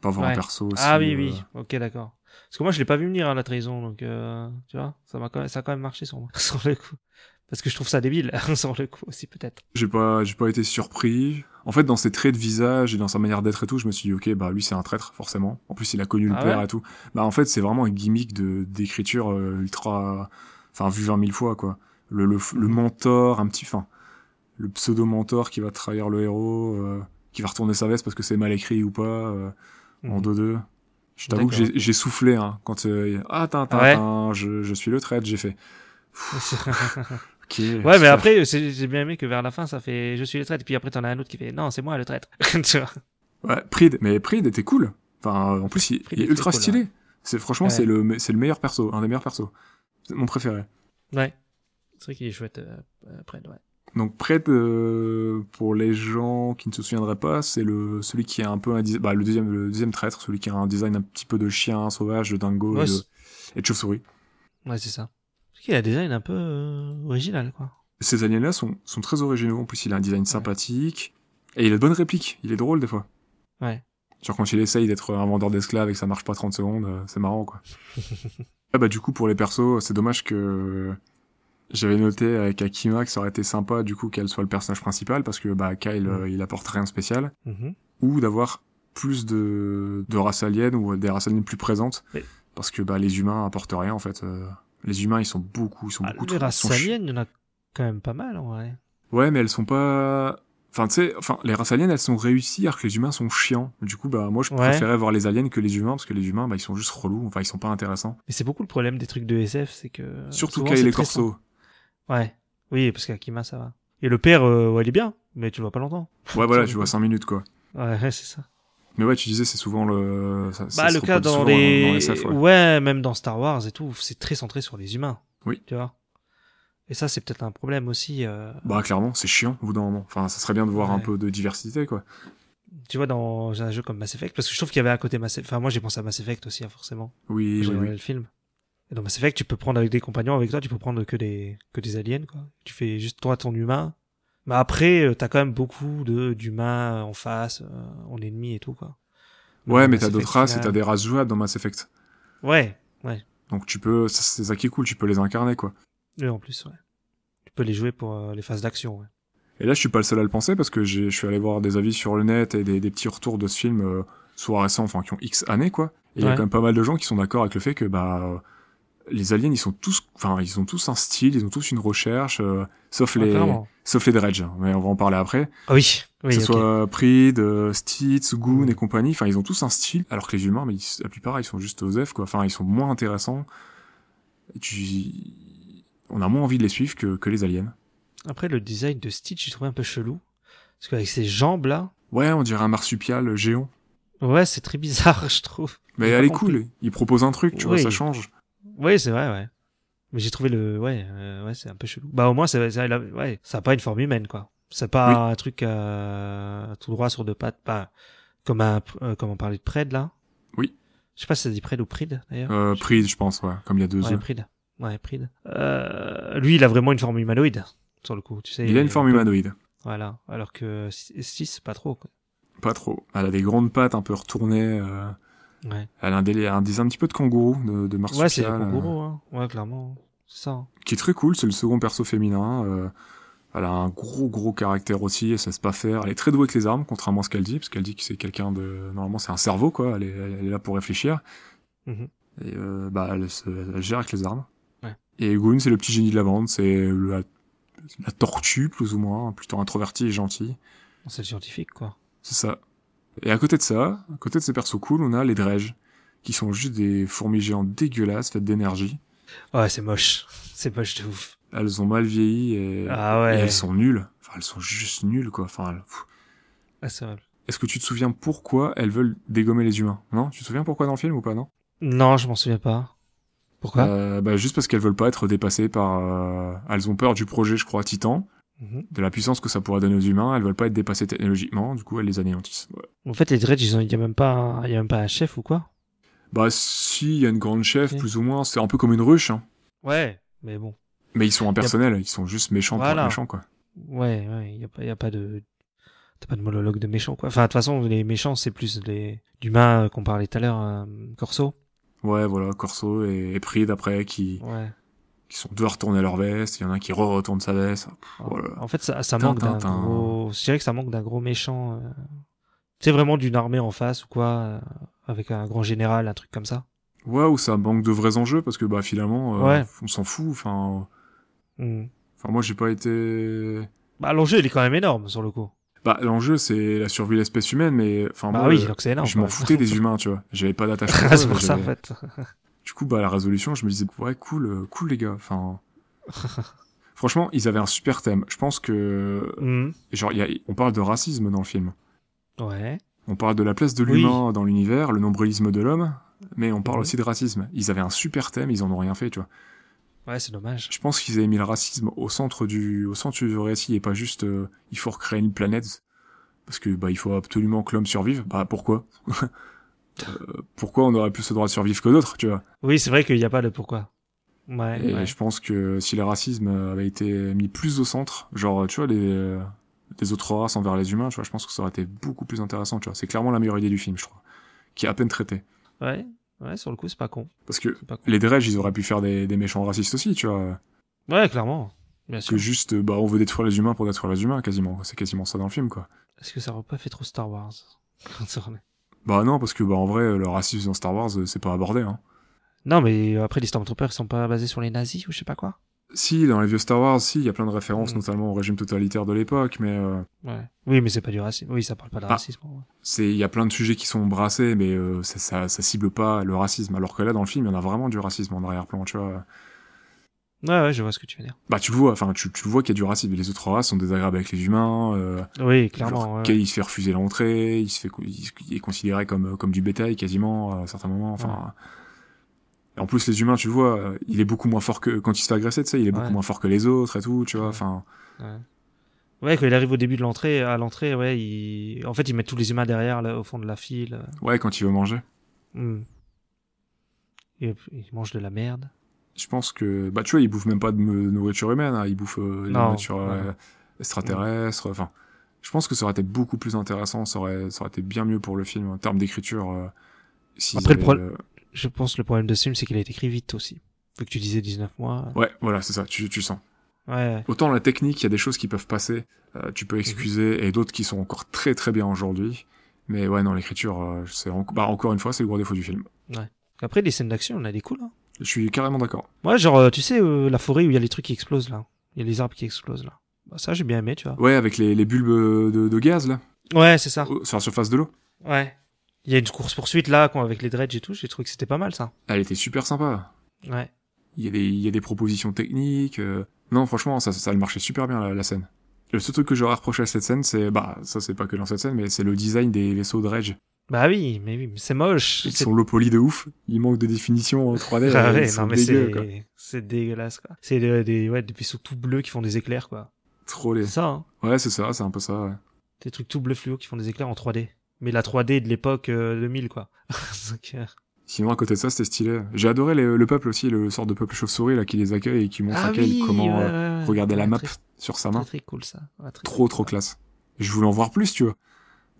pas avoir un
Ouais.
perso aussi,
Ah oui,
euh,
oui. Ok, d'accord. Parce que moi, je l'ai pas vu venir à la trahison, donc euh, tu vois, ça m'a quand même, ça a quand même marché sur moi, sur le coup. Parce que je trouve ça débile, sur le coup aussi peut-être.
J'ai pas, j'ai pas été surpris. En fait, dans ses traits de visage et dans sa manière d'être et tout, je me suis dit, ok, bah lui c'est un traître, forcément. En plus, il a connu le
Ah
père
ouais
et tout. Bah en fait, c'est vraiment un gimmick de d'écriture euh, ultra, enfin vu 20 000 fois quoi. Le le, le
Mm.
mentor, un petit, fin, le pseudo mentor qui va trahir le héros, euh, qui va retourner sa veste parce que c'est mal écrit ou pas euh, en
Mhm.
2-2. Je t'avoue que
D'accord.
j'ai- j'ai soufflé hein, quand euh, ah tin, tin,
Ah ouais
tin, je, je suis le traître, j'ai fait. Ok.
ouais, mais après, c'est- j'ai bien aimé que vers la fin, ça fait je suis le traître, et puis après, t'en as un autre qui fait non, c'est moi le traître. tu vois.
Ouais, Pride, mais Pride était cool. Enfin, euh, en plus, il, il est
Frédéric
ultra
Nicolas.
stylé. C'est franchement,
Ouais.
c'est le, me- c'est le meilleur perso, un des meilleurs persos. C'est mon préféré.
Ouais. C'est vrai qu'il est chouette euh, euh, Fred, ouais.
Donc Pred, euh, pour les gens qui ne se souviendraient pas, c'est le celui qui a un peu un dis- bah, le deuxième le deuxième traître, celui qui a un design un petit peu de chien sauvage, de dingo
Ouais,
et, de,
c'est-
et de chauve-souris.
Ouais, c'est ça. Parce qu'il a un design un peu euh, original, quoi.
Ces aliens-là sont, sont très originaux. En plus, il a un design sympathique et il a de bonnes répliques. Il est drôle des fois.
Ouais.
Genre quand il essaye d'être un vendeur d'esclaves et que ça marche pas 30 secondes, euh, c'est marrant quoi. ah bah du coup pour les persos, c'est dommage que j'avais noté avec Akima que ça aurait été sympa du coup qu'elle soit le personnage principal parce que bah Kyle euh, il apporte rien de spécial.
Mhm.
ou d'avoir plus de, de races aliens ou des races aliens plus présentes
Oui.
parce que bah, les humains apportent rien en fait euh, les humains ils sont beaucoup ils sont
Ah,
beaucoup
les
trop-
races
ils sont chi-
aliens, il y en a quand même pas mal, en vrai.
ouais mais elles sont pas enfin tu sais enfin les races aliens elles sont réussies alors que les humains sont chiants du coup bah moi je
Ouais.
préférais voir les aliens que les humains parce que les humains bah ils sont juste relous enfin ils sont pas intéressants
Mais c'est beaucoup le problème des trucs de SF, c'est que...
surtout
Euh, souvent,
Kyle
c'est hein.
et
très
Corso
simple. Ouais. Oui, parce qu'Akima, ça va. Et le père, euh, ouais, il est bien, mais tu le vois pas longtemps.
ouais voilà
Ça,
tu vois 5 minutes quoi
Ouais, ouais, c'est ça.
mais ouais tu disais c'est souvent le ça, ça
Bah,
se
le cas
reproduit
dans
souvent hein,
les...
dans SF,
ouais.
ouais.
même dans Star Wars et tout, c'est très centré sur les humains.
Oui.
Tu vois Et ça, c'est peut-être un problème aussi. euh,
bah clairement c'est chiant au bout d'un moment enfin ça serait bien de voir un
Ouais.
peu de diversité quoi
Tu vois, dans un jeu comme Mass Effect, parce que je trouve qu'il y avait un côté Mass Effect. Enfin, moi, j'ai pensé à Mass Effect aussi, hein, forcément.
oui
J'ai
oui, oui.
regardé le film. Et dans Mass Effect, tu peux prendre avec des compagnons avec toi, tu peux prendre que des, que des aliens, quoi. Tu fais juste toi, ton humain. Mais après, euh, t'as quand même beaucoup de d'humains en face, euh, en ennemi et tout, quoi.
Ouais,
Dans
mais
Mass
t'as d'autres
Effect,
races et
là-
t'as des races jouables dans Mass Effect.
Ouais,
Donc tu peux, ça, c'est ça qui est cool, tu peux les incarner quoi.
eux en plus, ouais. Tu peux les jouer pour euh, les phases d'action, ouais.
Et là, je suis pas le seul à le penser parce que j'ai- je suis allé voir des avis sur le net et des, des petits retours de ce film, euh, soit récents, enfin qui ont X années quoi. Et il y a
Ouais.
quand même pas mal de gens qui sont d'accord avec le fait que bah euh, les aliens, ils sont tous, enfin ils ont tous un style, ils ont tous une recherche, euh, sauf
Ah,
les,
clairement.
sauf les Dredge, hein, mais on va en parler après.
Ah oui, oui,
que
ok.
ce soit Pride, euh, Stitz, Goon
Mm.
et compagnie, enfin ils ont tous un style, alors que les humains, mais ils- la plupart ils sont juste aux F quoi, enfin ils sont moins intéressants. Et tu- On a moins envie de les suivre que, que les aliens.
Après, le design de Stitch, j'ai trouvé un peu chelou. Parce qu'avec ses jambes là,
Ouais, on dirait un marsupial géant.
ouais, c'est très bizarre, je trouve.
Mais
J'ai
elle
pas
est
compris.
cool, il propose un truc, tu vois,
Oui.
ça change.
Oui, c'est vrai, ouais. Mais j'ai trouvé le, ouais, euh, ouais, c'est un peu chelou. Bah, au moins, ça, ça, il a- ouais, ça a pas une forme humaine, quoi. C'est pas un truc euh, tout droit sur deux pattes, pas comme un, euh, comme on parlait de Pred là.
Oui.
Je sais pas si ça dit Pred ou Prid d'ailleurs.
Euh, Pride, je pense, ouais, comme il y a deux
ouais,
œufs.
Prid. Ouais, Prid. Euh, lui, il a vraiment une forme humanoïde sur le coup, tu sais. Euh,
Il a une forme humanoïde,
Voilà. Alors que 6, pas trop. Quoi.
pas trop. Elle a des grandes pattes un peu retournées, euh,
Ouais.
elle a un, délai, un design un petit peu de kangourou, de, de marsupial.
Ouais, c'est
euh,
le kangourou, hein. Ouais, clairement. C'est ça. hein.
qui est très cool, c'est le second perso féminin. euh, elle a un gros gros caractère aussi, elle se laisse pas faire. Elle est très douée avec les armes, contrairement à ce qu'elle dit, parce qu'elle dit que c'est quelqu'un de... Normalement c'est un cerveau, quoi, elle est, elle est là pour réfléchir.
Mhm.
Et euh, bah, elle, se, elle gère avec les armes.
Ouais.
Et Goon, c'est le petit génie de la bande, c'est la, la tortue, plus ou moins, plutôt introverti et gentil.
C'est le scientifique, quoi.
C'est ça. Et à côté de ça, à côté de ces persos cool, on a les Dredge, qui sont juste des fourmis géantes dégueulasses, faites d'énergie.
Ouais, c'est moche. C'est moche de ouf.
Elles ont mal vieilli et...
Ah
Et
ouais.
elles sont nulles. Enfin, elles sont juste nulles, quoi. Enfin, elles- pff.
Ah, c'est horrible.
Est-ce que tu te souviens pourquoi elles veulent dégommer les humains Non Tu te souviens pourquoi dans le film ou pas, non
Non, je m'en souviens pas. Pourquoi
euh, bah, Juste parce qu'elles veulent pas être dépassées par... euh, Elles ont peur du projet, je crois, Titan,
Mhm.
de la puissance que ça pourrait donner aux humains. Elles veulent pas être dépassées technologiquement, du coup, elles les anéantissent. Ouais.
En fait, les Dredge, ils ont, il y a même pas, un... il y a même pas un chef ou quoi
Bah si, il y a une grande chef,
Ok.
plus ou moins. C'est un peu comme une ruche, hein.
Ouais, mais bon.
Mais ils sont impersonnels, ils sont juste méchants pour
Voilà.
être méchants, quoi.
Ouais, ouais, il y a pas, il y a pas de, t'as pas de monologue de méchant, quoi. Enfin, de toute façon, les méchants, c'est plus les d'humains euh, qu'on parlait tout à l'heure, euh, Corso.
Ouais, voilà, Corso et, et Pride, après, qui,
Ouais.
qui sont deux à retourner leur veste. Il y en a un qui re-retourne sa veste. Oh là là.
En fait, ça, ça
Tin,
manque
tin,
d'un
tin.
gros. Je dirais que ça manque d'un gros méchant. euh, Tu sais, vraiment d'une armée en face ou quoi, euh, avec un grand général, un truc comme ça.
Ouais, ou ça manque de vrais enjeux parce que bah finalement, euh,
Ouais.
on s'en fout. Enfin,
Hmm.
enfin moi j'ai pas été.
Bah, l'enjeu, il est quand même énorme sur le coup.
Bah l'enjeu c'est la survie de l'espèce humaine, mais enfin
Bah
moi,
oui,
euh,
donc c'est énorme.
je m'en
quoi.
foutais des humains, tu vois. J'avais pas d'attachement.
Ah, c'est pour ça, en
j'avais-
fait.
Du coup, bah la résolution, je me disais ouais cool, euh, cool les gars. Enfin, franchement, ils avaient un super thème. Je pense que
Hmm.
genre il y a... on parle de racisme dans le film.
Ouais.
On parle de la place de
Oui.
l'humain dans l'univers, le nombrilisme de l'homme, mais on parle
Mhm.
aussi de racisme. Ils avaient un super thème, ils en ont rien fait, tu vois.
Ouais, c'est dommage.
Je pense qu'ils avaient mis le racisme au centre du, au centre du récit et pas juste euh, il faut recréer une planète parce que bah il faut absolument que l'homme survive. Bah pourquoi Euh, Pourquoi on aurait plus le droit de survivre que d'autres, tu vois
Oui, c'est vrai qu'il n'y a pas le pourquoi. Ouais,
Et
ouais.
je pense que si le racisme euh, avait été mis plus au centre, genre tu vois les euh, les autres races envers les humains, tu vois, je pense que ça aurait été beaucoup plus intéressant, tu vois. C'est clairement la meilleure idée du film, je crois, qui est à peine traitée.
ouais. Ouais, sur le coup, c'est pas con.
Parce que
C'est pas con.
les Dredge, ils auraient pu faire des, des méchants racistes aussi, tu vois.
Ouais, clairement. Bien
Que
sûr.
juste, euh, bah, on veut détruire les humains pour détruire les humains, quasiment. C'est quasiment ça dans le film, quoi.
Est-ce que ça aurait pas fait trop Star Wars Quand ça aurait-
Bah non, parce que bah en vrai, le racisme dans Star Wars, euh, c'est pas abordé. Hein.
Non, mais euh, après, les Stormtroopers, ils sont pas basés sur les nazis ou je sais pas quoi.
Si, dans les vieux Star Wars, si, il y a plein de références,
Mm.
notamment au régime totalitaire de l'époque, mais euh,
Ouais. Oui, mais c'est pas du racisme. Oui, ça parle pas de
Ah.
racisme. ouais.
c'est il y a plein de sujets qui sont brassés, mais euh, ça, ça, ça cible pas le racisme. Alors que là, dans le film, il y en a vraiment du racisme en arrière-plan, tu vois.
Ouais, ouais, je vois ce que tu veux dire.
Bah tu le vois, enfin tu, tu vois qu'il y a du racisme. Les autres races sont désagréables avec les humains. Euh,
Oui,
Genre,
clairement. ouais,
Kay, il se fait refuser l'entrée, il se fait, cou- il se- il est considéré comme, euh, comme du bétail quasiment à certains moments. Enfin, Et en plus les humains, tu le vois, euh, il est beaucoup moins fort que quand il se fait agresser, tu sais, il est beaucoup
Ouais.
moins fort que les autres et tout, tu vois. Enfin,
ouais. Ouais, quand il arrive au début de l'entrée, à l'entrée, ouais, il... en fait, ils mettent tous les humains derrière, là, au fond de la file. euh,
ouais, quand il veut manger.
Hmm. Et puis, ils mangent de la merde.
Je pense que, bah, tu vois, il bouffe même pas de me- nourriture humaine, hein, il bouffe euh, de la
Non,
nourriture euh,
ouais.
extraterrestre. Enfin, je pense que ça aurait été beaucoup plus intéressant, ça aurait, ça aurait été bien mieux pour le film en termes d'écriture. euh, s'ils
Après, le pro-
avaient, euh,
Je pense que le problème de ce film, c'est qu'il a été écrit vite aussi. Vu que tu disais 19 mois.
Ouais, voilà, c'est ça, tu, tu sens.
Ouais, ouais.
Autant la technique, il y a des choses qui peuvent passer, euh, tu peux
Mhm.
excuser, et d'autres qui sont encore très très bien aujourd'hui. Mais ouais, non, l'écriture, euh, c'est en- bah, encore une fois, c'est le gros défaut du film.
Après, les scènes d'action, on a des cool. Hein.
Je suis carrément d'accord.
Ouais, genre, euh, tu sais, euh, la forêt où il y a les trucs qui explosent là. Il y a les arbres qui explosent là. Bah, ça, j'ai bien aimé, tu vois.
Ouais, avec les, les bulbes euh, de, de gaz, là,
Ouais, c'est ça.
au- sur la surface de l'eau,
Ouais. Il y a une course-poursuite là, quoi, avec les dredges et tout. J'ai trouvé que c'était pas mal ça.
elle était super sympa.
Ouais.
Il y a des, il y a des propositions techniques. euh, Non, franchement, ça, ça, elle marchait super bien, la, la scène. Le seul truc que j'aurais reproché à cette scène, c'est, bah, ça c'est pas que dans cette scène, mais c'est le design des vaisseaux Dredge.
Bah oui, mais oui, mais c'est moche.
Ils
C'est-
sont low poly de ouf, ils manquent de définition en 3D,
Ah
euh,
ouais,
ils sont
non, mais
dégueux,
c'est-
quoi.
c'est dégueulasse quoi. C'est des, des, ouais, des vaisseaux tout bleus qui font des éclairs quoi.
Trop
C'est
les...
ça, hein.
Ouais, c'est ça, c'est un peu ça, ouais.
Des trucs tout bleus fluo qui font des éclairs en 3D. Mais la 3D de l'époque euh, 2000 quoi. Donc, euh,
Sinon, à côté de ça, c'était stylé. J'ai adoré les- le peuple aussi, le sort de peuple chauve-souris là qui les accueille et qui montre à quel comment
Ah ouais,
euh,
ouais, ouais.
regarder la
Ouais,
map
Très,
sur sa main.
très, très cool ça. Ouais, très
Trop,
cool,
trop hein.
ça.
classe. Je voulais en voir plus, tu vois.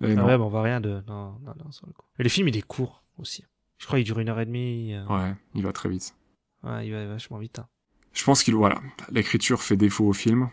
Mais
Ah
non.
ouais, mais on voit rien de. Non, non, non, sur le coup. Et le film, il est court aussi. Je crois qu'il dure une heure et demie. euh,
Ouais, il va très vite.
ouais, il va vachement vite. hein.
Je pense qu'il voilà, l'écriture fait défaut au film,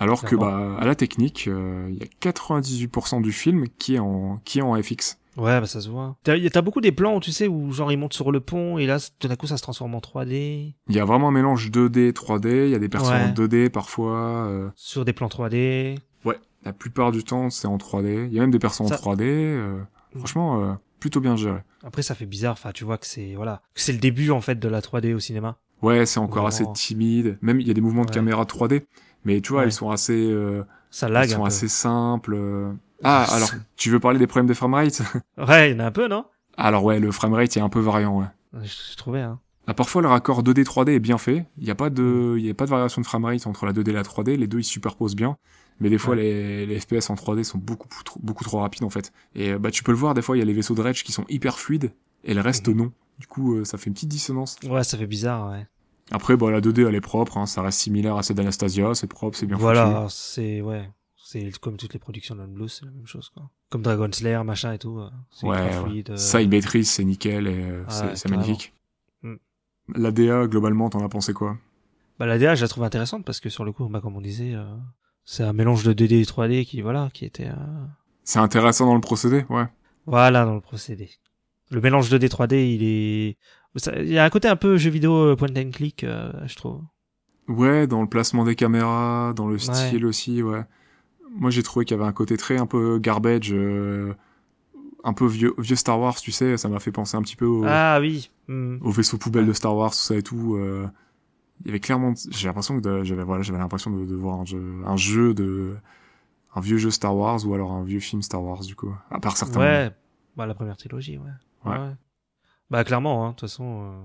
alors que bah à la technique, euh, il y a 98% du film qui est en qui est en FX.
Ouais, bah ça se voit. T'as y a- t'as beaucoup des plans, tu sais, où genre ils montent sur le pont et là, c- tout d'un coup, ça se transforme en 3D.
Il y a vraiment un mélange 2D, 3D. Il y a des personnes
Ouais.
en 2D parfois. euh,
Sur des plans 3D.
ouais, la plupart du temps c'est en 3D. Il y a même des personnes
Ça- Mm.
en 3D. euh, franchement, euh, plutôt bien géré.
Après, ça fait bizarre. Enfin, tu vois que c'est voilà, que c'est le début en fait de la 3D au cinéma.
Ouais, c'est encore
Vraiment.
assez timide. Même il y a des mouvements de
Ouais.
caméra 3D, mais tu vois,
Ouais.
ils sont assez, euh,
Ça
ils
lag un
sont
peu.
assez simples. euh. Ah, alors tu veux parler des problèmes de framerate
Ouais, il y en a un peu, non
Alors ouais, le framerate est un peu variant. Ouais.
je, je trouvais. Hein.
Ah, parfois le raccord 2D 3D est bien fait. Il y a pas
Mm.
de, il y a pas de variation de framerate entre la 2D et la 3D. Les deux ils se superposent bien. Mais des fois
Ouais.
les, les FPS en 3D sont beaucoup plus trop- beaucoup trop rapides en fait. Et euh, bah tu peux le voir des fois il y a les vaisseaux de Rage qui sont hyper fluides et le
Mm.
reste non. Du coup euh, ça fait une petite dissonance.
Ouais, ça fait bizarre. Ouais.
Après bah la 2D elle est propre, hein, ça reste similaire à celle d'Anastasia, c'est propre, c'est bien foutu.
Voilà, c'est ouais, c'est comme toutes les productions de Blues, c'est la même chose quoi. Comme Dragon Slayer, machin et tout. euh, C'est
Ouais,
ultra
ouais.
fluide, euh,
Ça, il maîtrise, c'est nickel, et euh,
Ah
c'est-
ouais, Mm.
c'est magnifique.
carrément.
La DA, globalement, t'en as pensé quoi
Bah, la DA, je la trouve intéressante parce que sur le coup, bah, comme on disait, euh, c'est un mélange de 2D et 3D qui, voilà, qui était, euh,
C'est intéressant dans le procédé, ouais.
voilà, dans le procédé. Le mélange 2D 3D, il est, ça- il y a un côté un peu jeu vidéo euh, point and click, euh, je trouve.
Ouais, dans le placement des caméras, dans le style aussi, ouais. Moi, j'ai trouvé qu'il y avait un côté très un peu garbage, euh, un peu vieux, vieux Star Wars, tu sais, ça m'a fait penser un petit peu au,
Ah oui. hmm.
au vaisseau poubelle de Star Wars, tout ça et tout. euh, il y avait clairement, j'ai l'impression que de- j'avais voilà, j'avais l'impression de, de voir un jeu, un jeu de un vieux jeu Star Wars ou alors un vieux film Star Wars du coup. À part certains. moments.
Ouais, bah, la première trilogie, ouais.
Ouais.
Bah clairement, hein, de toute façon. euh,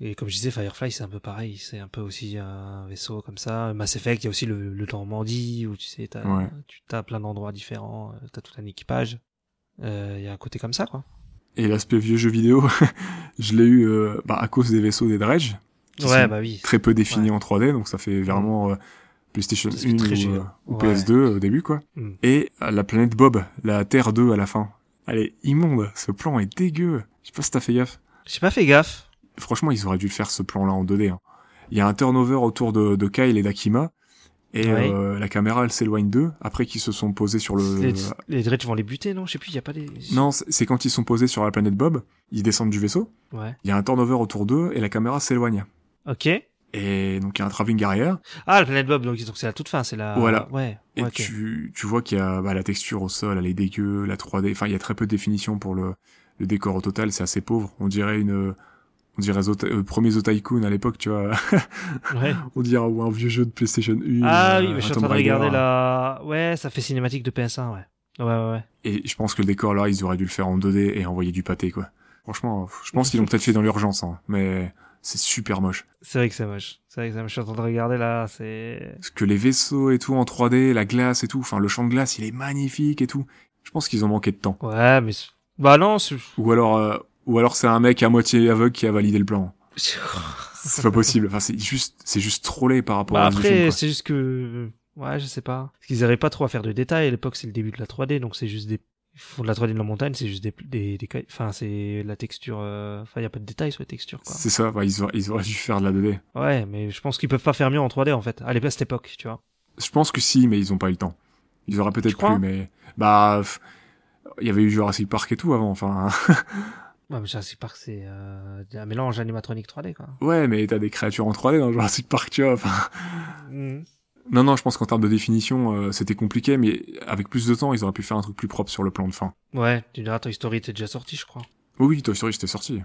Et comme je disais, Firefly, c'est un peu pareil. C'est un peu aussi un vaisseau comme ça. Mass Effect, il y a aussi le, le Normandie, où tu sais, t'as,
Ouais.
tu as plein d'endroits différents, euh, t'as tout un équipage. Euh, Il y a un côté comme ça, quoi.
Et l'aspect vieux jeu vidéo, je l'ai eu euh, bah, à cause des vaisseaux des dredges, Qui
ouais,
sont
bah oui.
très peu définis en 3D, donc ça fait vraiment euh, PlayStation
Mm. Ça fait
1
très
ou,
géant.
euh, ou
Ouais.
PS2 au début quoi.
Mm.
Et euh, la planète Bob, la Terre 2 à la fin. Elle est immonde, ce plan est dégueu. Je sais pas si t'as fait gaffe.
J'ai pas fait gaffe.
franchement, ils auraient dû le faire ce plan-là en 2D. hein. Il y a un turnover autour de, de Kyle et d'Akima, et
Ouais.
euh, la caméra, elle s'éloigne d'eux, après qu'ils se sont posés sur le...
Les, les Dredge vont les buter, non Je sais plus, il y a pas les.
Euh, Non, c'est c'est quand ils sont posés sur la planète Bob, ils descendent du vaisseau,
Ouais.
il y a un turnover autour d'eux, et la caméra s'éloigne.
Ok.
Et donc il y a un travelling arrière,
Ah, la planète Bob, donc, donc c'est la toute fin, c'est la.
Voilà.
Ouais.
et
ouais, ok.
tu, tu vois qu'il y a bah, la texture au sol, elle est dégueu, la 3D, enfin il y a très peu de définition pour le, le décor au total, c'est assez pauvre. On dirait une... On dirait Zota- euh, premier Zotaikun à l'époque, tu vois.
Ouais.
On dirait ouais, un vieux jeu de PlayStation 1.
Ah
euh,
oui, mais je suis
un
en train
Tomb
de regarder
Raider.
la. Ouais, ça fait cinématique de PS1, ouais. Ouais, ouais, ouais.
Et je pense que le décor là, ils auraient dû le faire en 2D et envoyer du pâté quoi. Franchement, je pense qu'ils l'ont peut-être fait dans l'urgence, hein, mais c'est super moche.
C'est vrai que c'est moche. C'est vrai que c'est moche. Je suis en train de regarder là, c'est.
Parce que les vaisseaux et tout en 3D, la glace et tout, enfin le champ de glace, il est magnifique et tout. Je pense qu'ils ont manqué de temps.
Ouais, mais. c'est- Bah non, c'est.
Ou alors, euh, ou alors c'est un mec à moitié aveugle qui a validé le plan. C'est pas possible. Enfin, c'est juste, c'est juste trollé par rapport
bah
à la film,
après,
quoi.
c'est juste que. euh, Ouais, je sais pas. Parce qu'ils arrivent pas trop à faire de détails. À l'époque, c'est le début de la 3D, donc c'est juste des. Ils font de la 3D de la montagne, c'est juste des. des, des... ca- Enfin, c'est la texture. euh, Enfin, y a pas de détails sur les textures, quoi.
C'est ça. bah, ils auraient, ils auraient dû faire de la 2D.
Ouais, mais je pense qu'ils peuvent pas faire mieux en 3D, en fait. À l'ép- à cette époque, tu vois.
Je pense que si, mais ils ont pas eu le temps. Ils auraient peut-être
crois
plus, mais bah, pff, il y avait eu Jurassic Park et tout avant. Enfin,
Ouais, mais Jurassic Park, c'est euh, un mélange animatronique 3D, quoi.
ouais, mais t'as des créatures en 3D dans Jurassic Park, tu vois. Enfin, Mm.
Mhm.
non, non, je pense qu'en termes de définition, euh, c'était compliqué, mais avec plus de temps, ils auraient pu faire un truc plus propre sur le plan de fin.
Ouais, tu diras, Toy Story était déjà sorti, je crois.
Oui, oui, Toy Story, c'était sorti.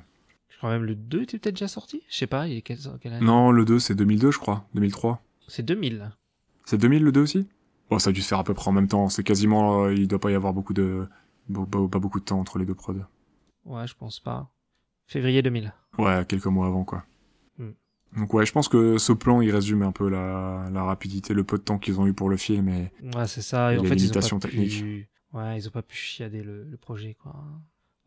Je crois même le 2 était peut-être déjà sorti. Je sais pas, il est quelle, quelle année
Non, le 2, c'est 2002, je crois. 2003.
C'est 2000.
C'est 2000 le 2 aussi Bon, ça a dû se faire à peu près en même temps. C'est quasiment, euh, il doit pas y avoir beaucoup de, bo- bo- pas beaucoup de temps entre les deux prods.
Ouais, je pense pas. Février 2000.
Ouais, quelques mois avant, quoi.
Hmm.
Donc ouais, je pense que ce plan, il résume un peu la, la rapidité, le peu de temps qu'ils ont eu pour le film. Et...
Ouais, c'est ça.
Et
en
les
fait, ils
limitations
ont pas Pu... Ouais, ils ont pas pu chiader le, le projet, quoi.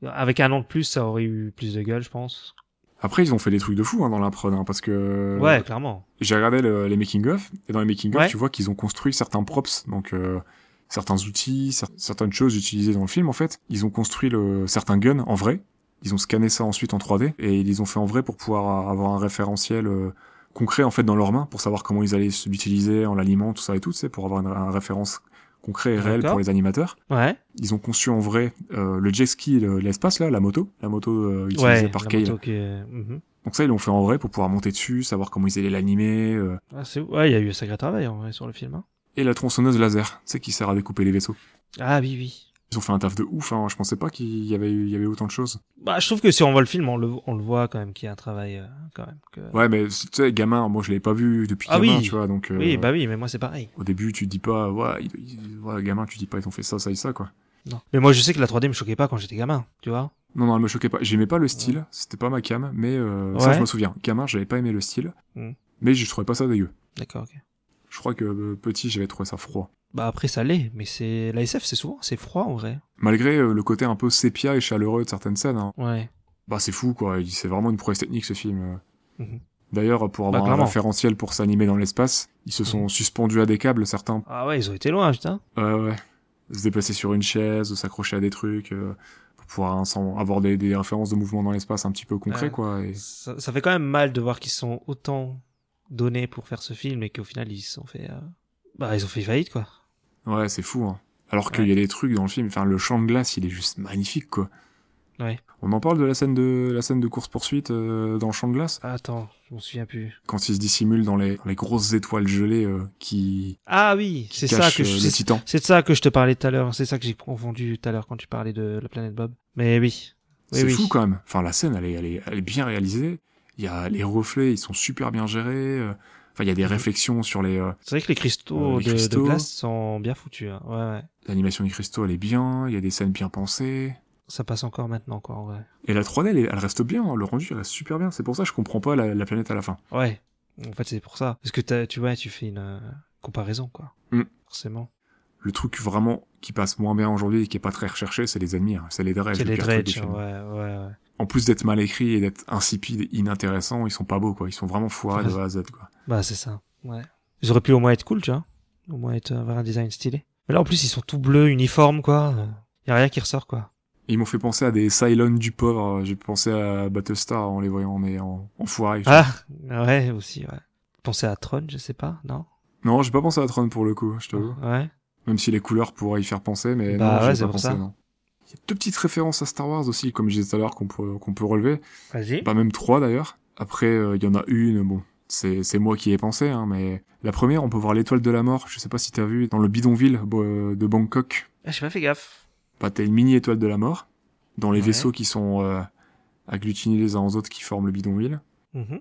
Avec un an de plus, ça aurait eu plus de gueule, je pense.
Après, ils ont fait des trucs de fou hein, dans la prod, hein, parce que
Ouais, clairement.
j'ai regardé le- les making-of, et dans les making-of,
Ouais.
tu vois qu'ils ont construit certains props, donc euh, certains outils, cer- certaines choses utilisées dans le film, en fait. Ils ont construit le, certains guns en vrai, ils ont scanné ça ensuite en 3D, et ils les ont fait en vrai pour pouvoir avoir un référentiel euh, concret, en fait, dans leurs mains, pour savoir comment ils allaient l'utiliser en l'aliment, tout ça et tout, c'est pour avoir une, un référence concret et réel
D'accord.
pour les animateurs.
Ouais.
Ils ont conçu en vrai euh, le jet ski, le- l'espace là, la moto, la moto euh, utilisée
Ouais,
par
la
Kyle.
moto qui est- Mhm.
Donc ça, ils l'ont fait en vrai pour pouvoir monter dessus, savoir comment ils allaient l'animer. euh,
Ah, c'est- ouais, il y a eu un sacré travail en vrai, sur le film. hein.
et la tronçonneuse laser, c'est qui sert à découper les vaisseaux.
Ah oui, oui.
Ils ont fait un taf de ouf, hein. je pensais pas qu'il y avait, eu- il y avait autant de choses.
Bah, je trouve que si on voit le film, on le, on le voit quand même qu'il y a un travail, euh, quand même. que-
Ouais, mais tu sais, gamin, moi je l'avais pas vu depuis
Ah
gamin,
oui.
tu vois, donc euh,
Oui, bah oui, mais moi c'est pareil.
au début tu te dis pas, ouais, ils- ils- ouais, gamin, tu dis pas, ils ont fait ça, ça et ça, quoi.
Non. Mais moi je sais que la 3D me choquait pas quand j'étais gamin, tu vois.
Non, non, elle me choquait pas, j'aimais pas le style, c'était pas ma cam, mais euh, ça
Ouais.
je me souviens. Gamin, j'avais pas aimé le style,
Mm.
mais je trouvais pas ça dégueu.
D'accord, ok.
Je crois que euh, petit, j'avais trouvé ça froid.
Bah après ça l'est, mais c'est la SF c'est souvent c'est froid en vrai.
Malgré euh, le côté un peu sépia et chaleureux de certaines scènes, hein.
Ouais.
bah c'est fou quoi, Il- c'est vraiment une prouesse technique ce film.
Mhm.
D'ailleurs, pour
Bah,
avoir un
clairement. Mhm.
référentiel pour s'animer dans l'espace, ils se sont suspendus à des câbles, certains.
Ah ouais, ils ont été loin, putain.
Ouais, ouais. Se déplacer sur une chaise, ou s'accrocher à des trucs, euh, pour pouvoir hein, sans- avoir des, des références de mouvement dans l'espace un petit peu concrets
Ouais.
quoi. Et...
Ça, ça fait quand même mal de voir qu'ils sont autant donnés pour faire ce film et qu'au final ils se sont fait euh, bah ils ont fait faillite quoi.
Ouais, c'est fou. Hein. Alors qu'il y a des trucs dans le film, enfin le champ de glace, il est juste magnifique quoi.
Ouais.
On en parle de la scène de la scène de course poursuite dans le champ de glace
Attends, je m'en souviens plus.
quand il se dissimule dans les, dans les grosses étoiles gelées euh, qui
Ah oui, c'est ça
cachent
que
euh,
je
le
c'est-
titan.
c'est de ça que je te parlais tout à l'heure, c'est ça que j'ai confondu tout à l'heure quand tu parlais de la planète Bob. Mais oui. Oui,
C'est
oui.
fou quand même. Enfin, la scène, elle est, elle est, elle est bien réalisée. Il y a les reflets, ils sont super bien gérés. Euh, Enfin, il y a des
Mhm.
réflexions sur les. euh,
C'est vrai que les cristaux,
Euh, les
de, de
cristaux.
glace sont bien foutus. hein. Ouais, ouais.
L'animation des cristaux, elle est bien. Il y a des scènes bien pensées.
Ça passe encore maintenant, quoi, en vrai.
Et la 3D, elle, est- elle reste bien. hein. Le rendu, elle reste super bien. C'est pour ça que je comprends pas la, la planète à la fin.
Ouais. En fait, c'est pour ça. Parce que t'as- tu vois, tu fais une euh, comparaison, quoi.
Mm.
Forcément.
Le truc vraiment qui passe moins bien aujourd'hui et qui est pas très recherché, c'est les ennemis. hein. C'est les dredges.
C'est
le
les
pire truc du
dredges, ouais,
film.
ouais, ouais.
En plus d'être mal écrits et d'être insipides, et inintéressants, ils sont pas beaux, quoi. Ils sont vraiment foirés de A à Z, quoi.
Bah, c'est ça. Ouais. Ils auraient pu au moins être cool, tu vois. Au moins être, euh, avoir un design stylé. Mais là, en plus, ils sont tout bleus, uniformes, quoi. Y a rien qui ressort, quoi.
Ils m'ont fait penser à des Cylons du pauvre. J'ai pensé à Battlestar en les voyant, mais en, en foiré.
Ah, ouais, aussi, ouais. Pensez à Tron, je sais pas, non?
Non, j'ai pas pensé à Tron pour le coup, je t'avoue.
Ouais.
Même si les couleurs pourraient y faire penser, mais
Ah. Bah
non,
ouais,
j'ai
c'est
pas
pour
pensé,
ça.
non. Il y a deux petites références à Star Wars aussi, comme je disais tout à l'heure, qu'on peut, qu'on peut relever.
Vas-y.
Pas même trois d'ailleurs. Après, euh, il y en a une, bon, c'est c'est moi qui y ai pensé, hein, mais la première, on peut voir l'étoile de la mort, je sais pas si t'as vu, dans le bidonville bo- euh, de Bangkok.
Ah, j'ai pas fait gaffe.
Bah, t'as une mini étoile de la mort, dans les
Ouais.
vaisseaux qui sont euh, agglutinés les uns aux autres qui forment le bidonville.
Mm-hmm.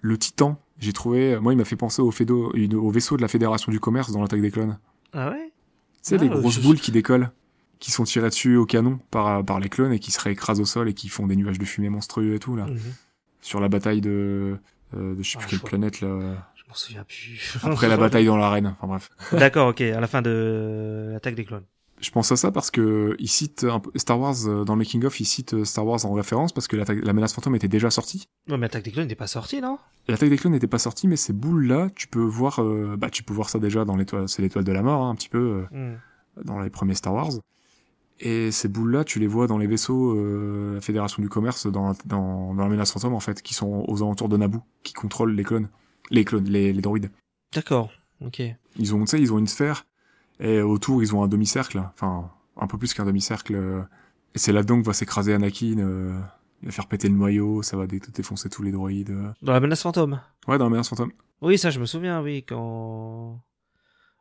Le titan, j'ai trouvé, moi il m'a fait penser au, fédo- une- au vaisseau de la Fédération du Commerce dans l'attaque des clones.
Ah ouais?
C'est
Ah,
les
euh, je-
grosses boules qui décollent, qui sont tirées dessus au canon par, par les clones et qui se réécrasent au sol et qui font des nuages de fumée monstrueux et tout, là.
Mm-hmm.
Sur la bataille de, euh, de je sais
Mm. Ah,
plus
je
quelle
vois.
planète, là.
Je m'en souviens plus.
Après la bataille dans l'arène. Enfin bref.
D'accord, ok, à la fin de euh, l'attaque des clones.
Je pense à ça parce que ils citent un peu- Star Wars, euh, dans le making of, ils citent euh, Star Wars en référence parce que l'attaque- la menace fantôme était déjà sortie.
Ouais, mais l'attaque des clones n'est pas sortie, non?
L'attaque des clones n'était pas sortie, mais ces boules-là, tu peux voir, euh, bah, tu peux voir ça déjà dans l'étoile, c'est l'étoile de la mort, hein, un petit peu. euh,
Mm.
dans les premiers Star Wars. Et ces boules-là, tu les vois dans les vaisseaux, euh, la Fédération du Commerce, dans, dans, dans la menace fantôme, en fait, qui sont aux alentours de Naboo, qui contrôlent les clones, les clones, les, les droïdes.
D'accord, ok.
Ils ont, tu sais, ils ont une sphère, et autour, ils ont un demi-cercle, enfin, un peu plus qu'un demi-cercle. euh, Et c'est là-dedans que va s'écraser Anakin, euh, il va faire péter le noyau, ça va dé- défoncer tous les droïdes. euh.
Dans la menace fantôme.
Ouais, dans la menace fantôme.
Oui, ça, je me souviens, oui, quand.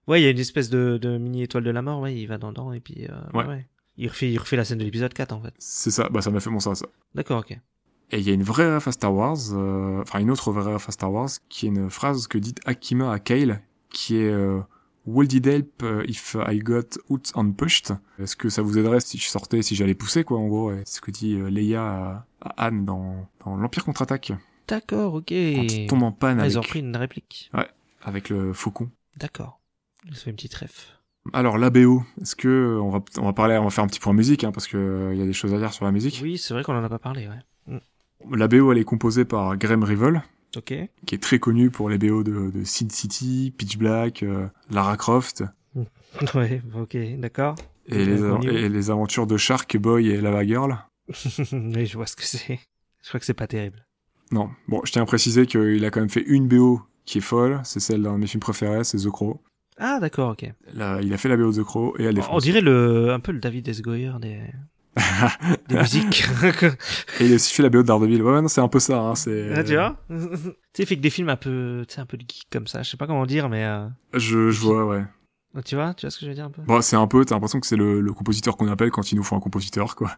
Ouais, il y a une espèce de, de mini étoile de la mort, ouais, il va dans dedans, et puis. euh,
Ouais.
Il, refait, il refait la scène de l'épisode 4, en fait.
C'est ça, bah ça m'a fait penser à ça.
D'accord, ok.
Et il y a une vraie ref à Star Wars, euh, enfin une autre vraie ref à Star Wars, qui est une phrase que dit Akima à Kyle, qui est euh, Would it help euh, if I got out and pushed Est-ce que ça vous aiderait si je sortais, si j'allais pousser, quoi, en gros et C'est ce que dit euh, Leia à, à Anne dans, dans l'Empire contre-attaque,
D'accord, ok.
quand il tombe en panne
Ah,
avec,
ils ont pris une réplique.
avec le faucon.
D'accord. Ils ont fait une petite ref.
Alors, la BO, est-ce que euh, on va, on va parler, on va faire un petit point musique, hein, parce que euh, il y a des choses à dire sur la musique.
Oui, c'est vrai qu'on en a pas parlé, ouais.
La BO, elle est composée par Graham Revol,
Ok.
qui est très connu pour les BO de, de Sin City, Pitch Black, euh, Lara Croft,
ouais, ok, d'accord.
et les,
Connu.
et les aventures de Shark Boy et Lava Girl.
oui, je vois ce que c'est. Je crois que c'est pas terrible.
Non, bon, je tiens à préciser qu'il a quand même fait une BO qui est folle, c'est celle d'un de mes films préférés, c'est The Crow.
Ah, d'accord, ok.
Là, il a fait la BO de The Crow et elle est
On dirait le, un peu le David S. Goyer des, des musiques.
Et il a aussi fait la BO de Daredevil. Ouais, ouais, non, c'est un peu ça, hein, c'est...
oh. Ah, tu vois Tu sais, il fait que des films un peu, tu sais, un peu de geek comme ça. Je sais pas comment dire, mais euh,
Je, je vois, ouais.
tu vois, tu vois ce que je veux dire un peu
Bon, c'est un peu, t'as l'impression que c'est le, le compositeur qu'on appelle quand il nous faut un compositeur, quoi.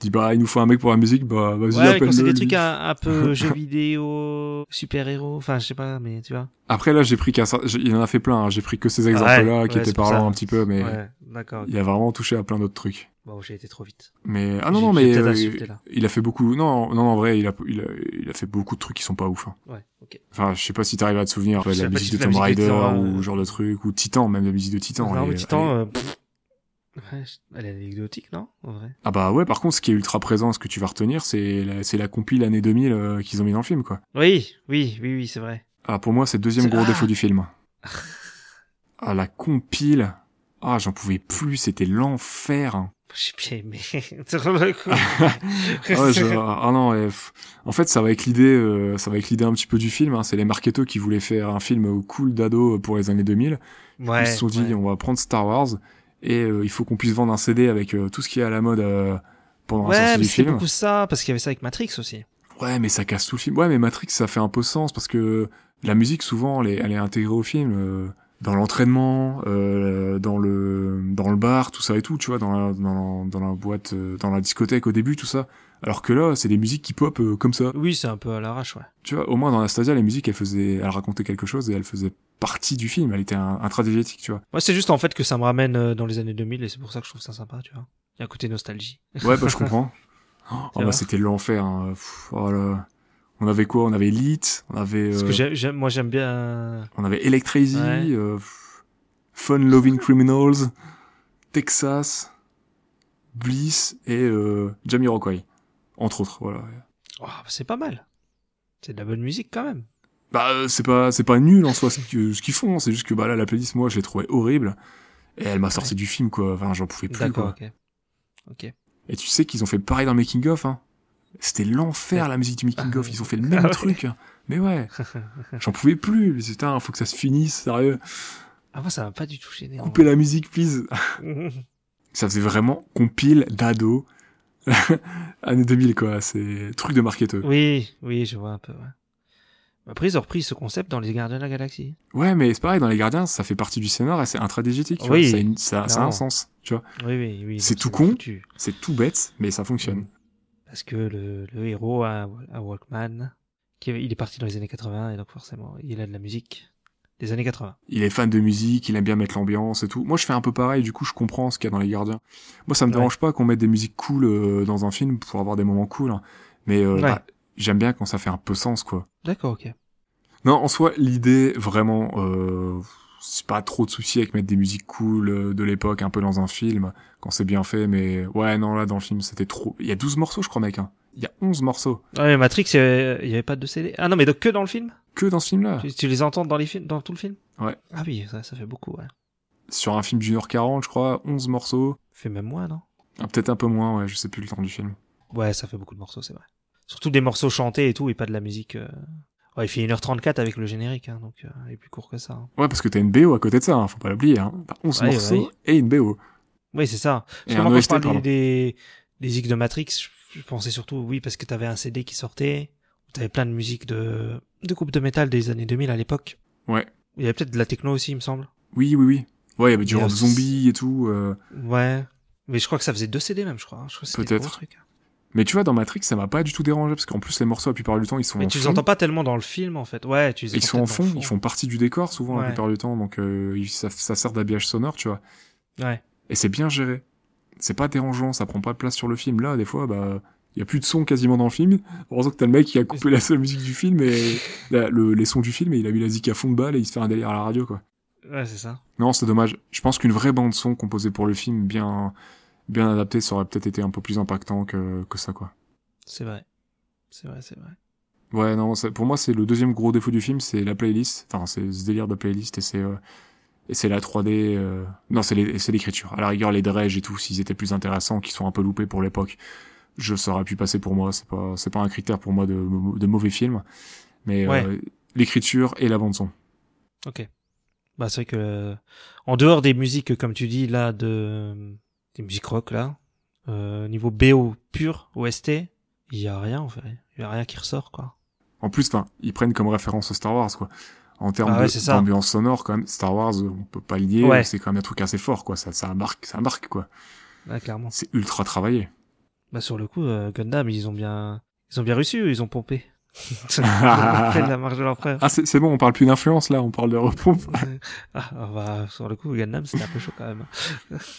Dis, bah, il nous faut un mec pour la musique, bah, vas-y,
Ouais,
appelle-le,
quand c'est des
lui.
trucs un, un peu jeux vidéo, super héros, enfin je sais pas, mais tu vois.
Après, là, j'ai pris qu'un... cer- j'ai- Il en a fait plein, hein, j'ai pris que ces exemples-là
ouais,
qui
c'est
étaient
pour ça.
parlants un petit peu, mais...
Ouais, d'accord. ok.
Il a vraiment touché à plein d'autres trucs.
Bon, j'ai été trop vite.
Mais ah non
J'ai-
non
j'ai
mais
peut-être
euh,
insulté, là.
il a fait beaucoup non non en vrai il a il a, il a fait beaucoup de trucs qui sont pas ouf. hein.
Ouais, ok.
Enfin je sais pas si t'arrives à te souvenir
Je
de
sais
la
pas
musique
si
de
la
Tomb
musique de
Raider
Tomb Raider,
ou
euh,
ce genre de truc ou Titan même la musique de Titan.
non,
elle
mais
est-
Titan,
elle est-
euh, pff, ouais, je- elle est anecdotique, non En vrai.
Ah bah ouais par contre ce qui est ultra présent ce que tu vas retenir c'est la, c'est la compile année 2000 euh, qu'ils ont mis dans le film quoi.
Oui, oui, oui, oui, c'est vrai.
Ah pour moi c'est le deuxième
C'est-
gros
ah
défaut du film. Ah la compile ah j'en pouvais plus c'était l'enfer.
J'ai bien aimé. Sur le coup.
Ah, ouais, je- ah non, ouais, pff. en fait, ça va avec l'idée, euh, ça va avec l'idée un petit peu du film. hein. C'est les marketeurs qui voulaient faire un film euh, cool d'ado pour les années 2000.
Ouais,
ils se sont dit,
ouais.
on va prendre Star Wars et euh, il faut qu'on puisse vendre un CD avec euh, tout ce qui est à la mode euh, pendant la
Ouais,
sortie
mais
du
c'était
film.
beaucoup ça, parce qu'il y avait ça avec Matrix aussi.
Ouais, mais ça casse tout le film. Ouais, mais Matrix, ça fait un peu sens parce que la musique, souvent, elle est, elle est intégrée au film. euh, dans l'entraînement, euh, dans le dans le bar, tout ça et tout, tu vois, dans la, dans la, dans la boîte, euh, dans la discothèque au début, tout ça. Alors que là, c'est des musiques qui pop euh, comme ça.
Oui, c'est un peu à l'arrache, ouais.
Tu vois, au moins dans Anastasia, les musiques, elles faisaient, elles racontaient quelque chose et elles faisaient partie du film. Elle était un- intradigétique, tu vois.
Moi, c'est juste en fait que ça me ramène euh, dans les années 2000 et c'est pour ça que je trouve ça sympa, tu vois. Il y a un côté nostalgie.
Ouais, bah, je comprends. Oh,
C'est
bah,
vrai.
c'était l'enfer. hein. Pff, oh là. On avait quoi On avait Elite, on avait,
Parce
euh,
que j'ai- j'ai- moi, j'aime bien. euh,
on avait Electrazy,
Ouais.
euh, pff, Fun Loving Criminals, Texas, Bliss et euh, Jamiroquai, entre autres. Voilà.
Oh, bah, c'est pas mal. C'est de la bonne musique quand même.
Bah, euh, c'est pas, c'est pas nul en soi ce que- ce qu'ils font. C'est juste que bah là, la playlist, moi, je l'ai trouvée horrible. Et elle m'a sorti du film, quoi. Enfin, j'en pouvais plus,
D'accord,
quoi.
ok. Ok.
Et tu sais qu'ils ont fait pareil dans le Making of, hein. C'était l'enfer, la musique du Making of. Ils ont fait le même
Ah ouais.
truc. Mais ouais. J'en pouvais plus. Mais putain, faut que ça se finisse, sérieux.
Ah, moi, ça m'a pas du tout gêné. en
Coupez la musique, please.
vrai.
Ça faisait vraiment compile d'ado. Année 2000, quoi. C'est truc de marketeur.
oui, oui, je vois un peu, ouais. Après, ils ont repris ce concept dans Les Gardiens de la Galaxie.
Ouais, mais c'est pareil, dans Les Gardiens, ça fait partie du scénar et c'est intradigétique. tu
Oui,
vois, ça a une- ça, ça a un
clairement.
sens, tu vois.
Oui, oui, oui.
C'est
donc
tout con.
foutu.
C'est tout bête, mais ça fonctionne.
Parce que le, le héros a un- un Walkman. Qui, il est parti dans les années 80 et donc forcément, il a de la musique des années 80.
il est fan de musique, il aime bien mettre l'ambiance et tout. Moi, je fais un peu pareil, du coup, je comprends ce qu'il y a dans Les Gardiens. Moi, ça me
Ouais.
dérange pas qu'on mette des musiques cool euh, dans un film pour avoir des moments cool, hein. mais euh,
Ouais.
bah, j'aime bien quand ça fait un peu sens, quoi.
D'accord, ok.
Non, en soi, l'idée, vraiment, euh, c'est pas trop de souci avec mettre des musiques cool euh, de l'époque un peu dans un film, quand c'est bien fait, mais ouais, non, là, dans le film, c'était trop... Il y a 12 morceaux, je crois, mec, hein. Il y a 11 morceaux.
Ouais, mais Ah Matrix, euh, il y avait pas de CD. Ah non, mais donc que dans le film
Que dans ce film-là.
tu, tu les entends dans les films, dans tout le film
Ah. Ouais.
Ah oui, ça, ça fait beaucoup, ouais.
Sur un film d'une heure 40, je crois, 11 morceaux.
Fait même moins, non
Ah, Peut-être un peu moins, ouais, je sais plus le temps du film.
Ouais, ça fait beaucoup de morceaux, c'est vrai. Surtout des morceaux chantés et tout, et pas de la musique. euh. Ouais, il fait 1h34 avec le générique, hein, donc euh, il est plus court que ça. hein.
Ouais, parce que t'as une BO à côté de ça, hein, faut pas l'oublier. Hein. T'as 11
Ouais,
morceaux
ouais.
et une BO.
Oui, c'est ça.
Et
Parce que
un
moi, quand je
OST,
parle
pardon.
des, des, des zigs de Matrix, je- je pensais surtout, oui, parce que t'avais un CD qui sortait, où t'avais plein de musique de, de groupes de métal des années 2000 à l'époque.
Ouais.
Il y avait peut-être de la techno aussi, il me semble.
Oui, oui, oui. Ouais, il y avait du
Il y a
rock
aussi-
zombie et tout. euh.
Ouais. Mais je crois que ça faisait deux CD même, je crois. hein. Je crois que c'était des
Peut-être.
gros trucs.
Mais tu vois, dans Matrix, ça m'a pas du tout dérangé, parce qu'en plus, les morceaux, la plupart du temps, ils sont
Mais
en
tu les
fond.
entends pas tellement dans le film, en fait. Ouais, tu les
Ils
entends
sont en
peut-être
fond,
dans le
ils font partie du décor, souvent, la
Ouais.
plupart du temps, donc euh, ils- ça, ça sert d'habillage sonore, tu vois.
Ouais.
Et c'est bien géré. C'est pas dérangeant, ça prend pas de place sur le film. Là, des fois, bah... Il y a plus de son quasiment dans le film. Heureusement que t'as le mec qui a coupé la seule musique du film et la- le- les sons du film et il a mis la zik à fond de balle et il se fait un délire à la radio quoi.
Ouais, c'est ça.
Non, c'est dommage. Je pense qu'une vraie bande son composée pour le film, bien, bien adaptée, ça aurait peut-être été un peu plus impactant que, que ça, quoi.
C'est vrai. C'est vrai, c'est vrai.
Ouais, non, ça- pour moi, c'est le deuxième gros défaut du film, c'est la playlist. Enfin, c'est ce délire de playlist et c'est, euh, et c'est la 3D. euh, Non, c'est les- c'est l'écriture. À la rigueur, les dredges et tout, s'ils étaient plus intéressants, qui sont un peu loupés pour l'époque, je ça aurait pu passer pour moi. C'est pas, c'est pas un critère pour moi de, de mauvais film. Mais
Ouais.
euh, l'écriture et la bande son.
Ok. Bah, c'est vrai que, euh, en dehors des musiques, comme tu dis, là, de, des musiques rock, là, euh, niveau BO pur, OST, il y a rien, en fait. Il y a rien qui ressort, quoi.
En plus, enfin, ils prennent comme référence Star Wars, quoi. En termes
Ah ouais,
de-
c'est ça.
d'ambiance sonore, quand même, Star Wars, euh, on peut pas le nier,
Ouais.
c'est quand même un truc assez fort, quoi. Ça, ça marque, ça marque, quoi.
Là, clairement.
C'est ultra travaillé.
Bah, sur le coup, euh, Gundam, ils ont bien, ils ont bien réussi, eux, ils ont pompé. ils ont fait de la marge de leur frère.
Ah, c'est c'est bon, on parle plus d'influence, là, on parle de repompe.
Ah, ah, bah, sur le coup, Gundam, c'était un peu chaud, quand même.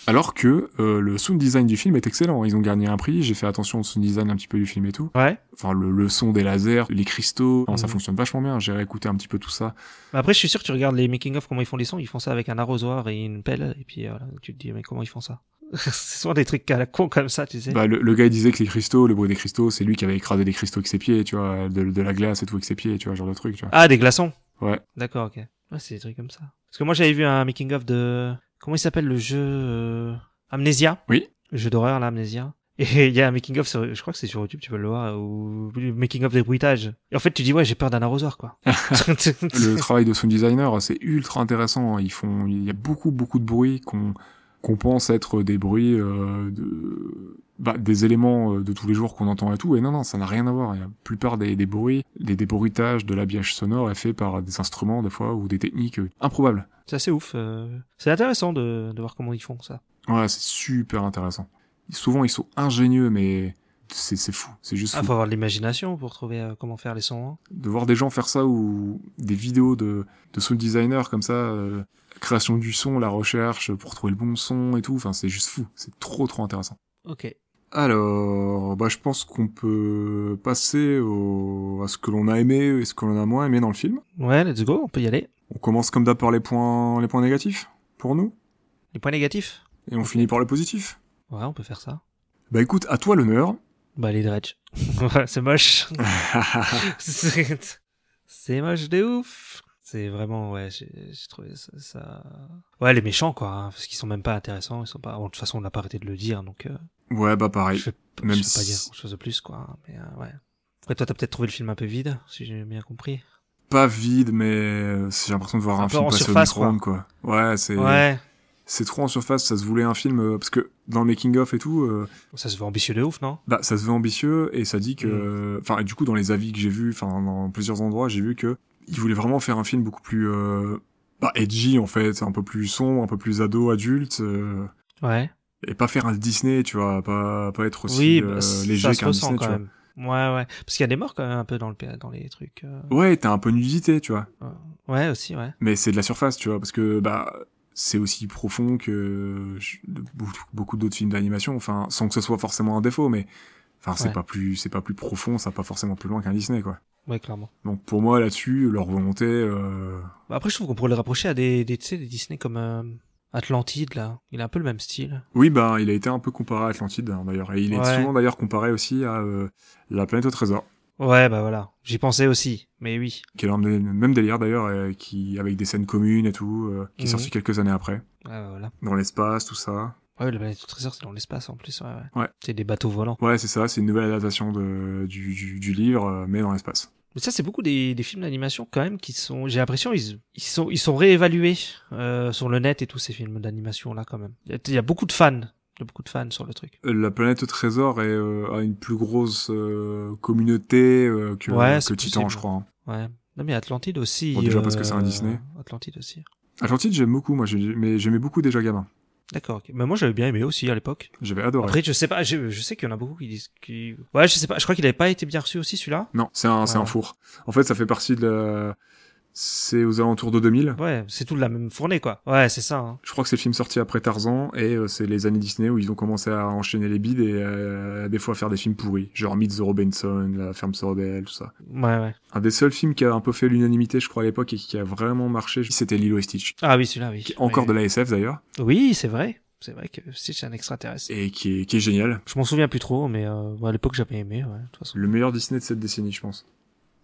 Alors que euh, le sound design du film est excellent. Ils ont gagné un prix, j'ai fait attention au sound design un petit peu du film et tout.
Ouais.
Enfin, le, le son des lasers, les cristaux, enfin, ça
Mhm.
fonctionne vachement bien. J'ai réécouté un petit peu tout ça.
Mais après, je suis sûr que tu regardes les making-of, comment ils font les sons, ils font ça avec un arrosoir et une pelle, et puis euh, voilà, tu te dis, mais comment ils font ça C'est souvent des trucs à la con comme ça, tu sais.
Bah, le, le gars il disait que les cristaux, le bruit des cristaux, c'est lui qui avait écrasé des cristaux avec ses pieds, tu vois, de, de la glace et tout avec ses pieds, tu vois, genre de truc, tu vois.
Ah, des glaçons
Ouais.
D'accord, ok. Ouais, c'est des trucs comme ça. Parce que moi, j'avais vu un making-of de... Comment il s'appelle le jeu euh, Amnesia
Oui.
Le jeu d'horreur, là, Amnesia. Et il y a un making-of, sur... je crois que c'est sur YouTube, tu peux le voir, ou making-of des bruitages. Et en fait, tu dis, ouais, j'ai peur d'un arrosoir, quoi.
le travail de sound designer, c'est ultra intéressant. hein. Ils font, il y a beaucoup beaucoup de bruits qu'on qu'on pense être des bruits euh, de, bah, des éléments euh, de tous les jours qu'on entend et tout. Et non non, ça n'a rien à voir. La plupart des, des bruits, des, des bruitages, de l'habillage sonore est fait par des instruments des fois ou des techniques euh, improbables.
C'est assez ouf. euh, C'est intéressant de... de voir comment ils font ça.
Ouais, c'est super intéressant. Souvent ils sont ingénieux, mais c'est c'est fou, c'est juste
Ah,
fou.
faut avoir de l'imagination pour trouver euh, comment faire les sons. hein.
de voir des gens faire ça ou des vidéos de, de sound designer comme ça, euh, création du son, la recherche pour trouver le bon son et tout, enfin c'est juste fou, c'est trop trop intéressant.
Ok.
Alors, bah je pense qu'on peut passer au, à ce que l'on a aimé et ce que l'on a moins aimé dans le film.
Ouais, let's go, on peut y aller.
On commence comme d'hab par les points les points négatifs pour nous
Les points négatifs
et on finit par le positif.
Ouais, on peut faire ça.
Bah écoute, à toi l'honneur.
Bah, les dredge. Ouais, c'est moche. C'est c'est moche de ouf. C'est vraiment, ouais, j'ai j'ai trouvé ça, ça- Ouais, les méchants, quoi, hein, parce qu'ils sont même pas intéressants. Ils sont pas... bon, de toute façon, on n'a pas arrêté de le dire, donc euh,
Ouais, bah pareil.
je vais je
même
vais pas
si-
dire grand-chose de plus, quoi. hein, Mais euh, ouais. Après, toi, t'as peut-être trouvé le film un peu vide, si j'ai bien compris.
Pas vide, mais euh, j'ai l'impression de voir
Un
un,
peu
film
en
passer
surface,
au micro quoi. Ouais, c'est
Ouais,
c'est trop en surface, ça se voulait un film euh, parce que dans le making of et tout, euh,
ça se veut ambitieux de ouf, non
bah ça se veut ambitieux et ça dit
Mm.
que enfin et du coup dans les avis que j'ai vus, enfin dans plusieurs endroits, j'ai vu que ils voulaient vraiment faire un film beaucoup plus euh, bah, edgy en fait, un peu plus sombre, un peu plus ado adulte euh,
Ouais.
et pas faire un Disney, tu vois, pas pas être aussi
oui, bah,
euh,
ça
léger
se
qu'un
ressent
Disney, tu
quand
vois.
même. Ouais, ouais. Parce qu'il y a des morts quand même un peu dans, le, pa- dans les trucs. euh,
Ouais, t'as un peu de nudité, tu vois.
Ouais, aussi, ouais.
mais c'est de la surface, tu vois, parce que bah c'est aussi profond que je- de- beaucoup- beaucoup d'autres films d'animation, enfin sans que ce soit forcément un défaut, mais enfin c'est
Ouais.
pas plus c'est pas plus profond, ça va pas forcément plus loin qu'un Disney quoi.
Ouais, clairement.
Donc pour moi là-dessus, leur volonté, euh,
Bah, Après, je trouve qu'on pourrait le rapprocher à des, des, tu sais, des Disney comme euh, Atlantide, là. Il a un peu le même style.
oui bah il a été un peu comparé à Atlantide hein, d'ailleurs, et il est
Ouais.
souvent d'ailleurs comparé aussi à euh, La planète au trésor,
Ouais, bah voilà. J'y pensais aussi, mais oui.
qui est dans le même délire d'ailleurs, euh, qui avec des scènes communes et tout, euh, qui est
Mhm.
sorti quelques années après,
Ouais, bah voilà.
dans l'espace tout ça.
Ouais, le planète au trésor, c'est dans l'espace en plus, ouais, ouais.
Ouais.
C'est des bateaux volants.
Ouais c'est ça, c'est une nouvelle adaptation de, du, du, du livre, euh, mais dans l'espace.
Mais ça, c'est beaucoup des, des films d'animation quand même qui sont. J'ai l'impression ils, ils sont ils sont réévalués euh, sur le net et tous ces films d'animation là quand même. Il y a- il y, a beaucoup de fans, il y a beaucoup de fans sur le truc.
la planète au trésor est, euh, a une plus grosse euh, communauté euh, que,
Ouais, c'est
que Titan,
possible.
je crois. hein.
Ouais. Non mais Atlantide aussi. euh,
Bon, déjà parce que c'est un Disney.
Atlantide aussi.
Atlantide, j'aime beaucoup, moi, j'ai- mais j'aimais beaucoup déjà gamin.
D'accord. ok. Mais moi j'avais bien aimé aussi à l'époque.
J'avais adoré.
Après, je sais pas, je, je sais qu'il y en a beaucoup qui disent. Qui... Ouais, je sais pas, je crois qu'il avait pas été bien reçu aussi celui-là.
Non, c'est un, c'est
Ouais.
un four. En fait, ça fait partie de la... C'est aux alentours de 2000.
Ouais, c'est tout de la même fournée quoi. Ouais, c'est ça. hein.
Je crois que c'est le film sorti après Tarzan, et euh, c'est les années Disney où ils ont commencé à enchaîner les bides et euh, des fois à faire des films pourris, genre Meet the Robinson, La ferme se rebelle, tout ça.
Ouais, ouais.
Un des seuls films qui a un peu fait l'unanimité, je crois, à l'époque, et qui a vraiment marché, c'était Lilo et Stitch.
Ah oui, celui-là, oui.
Qui est encore
oui.
de la SF d'ailleurs,
Oui, c'est vrai. C'est vrai que si c'est un extraterrestre.
et qui est- qui est génial.
Je m'en souviens plus trop, mais euh, à l'époque j'avais aimé. Ouais, de toute façon.
Le meilleur Disney de cette décennie, je pense.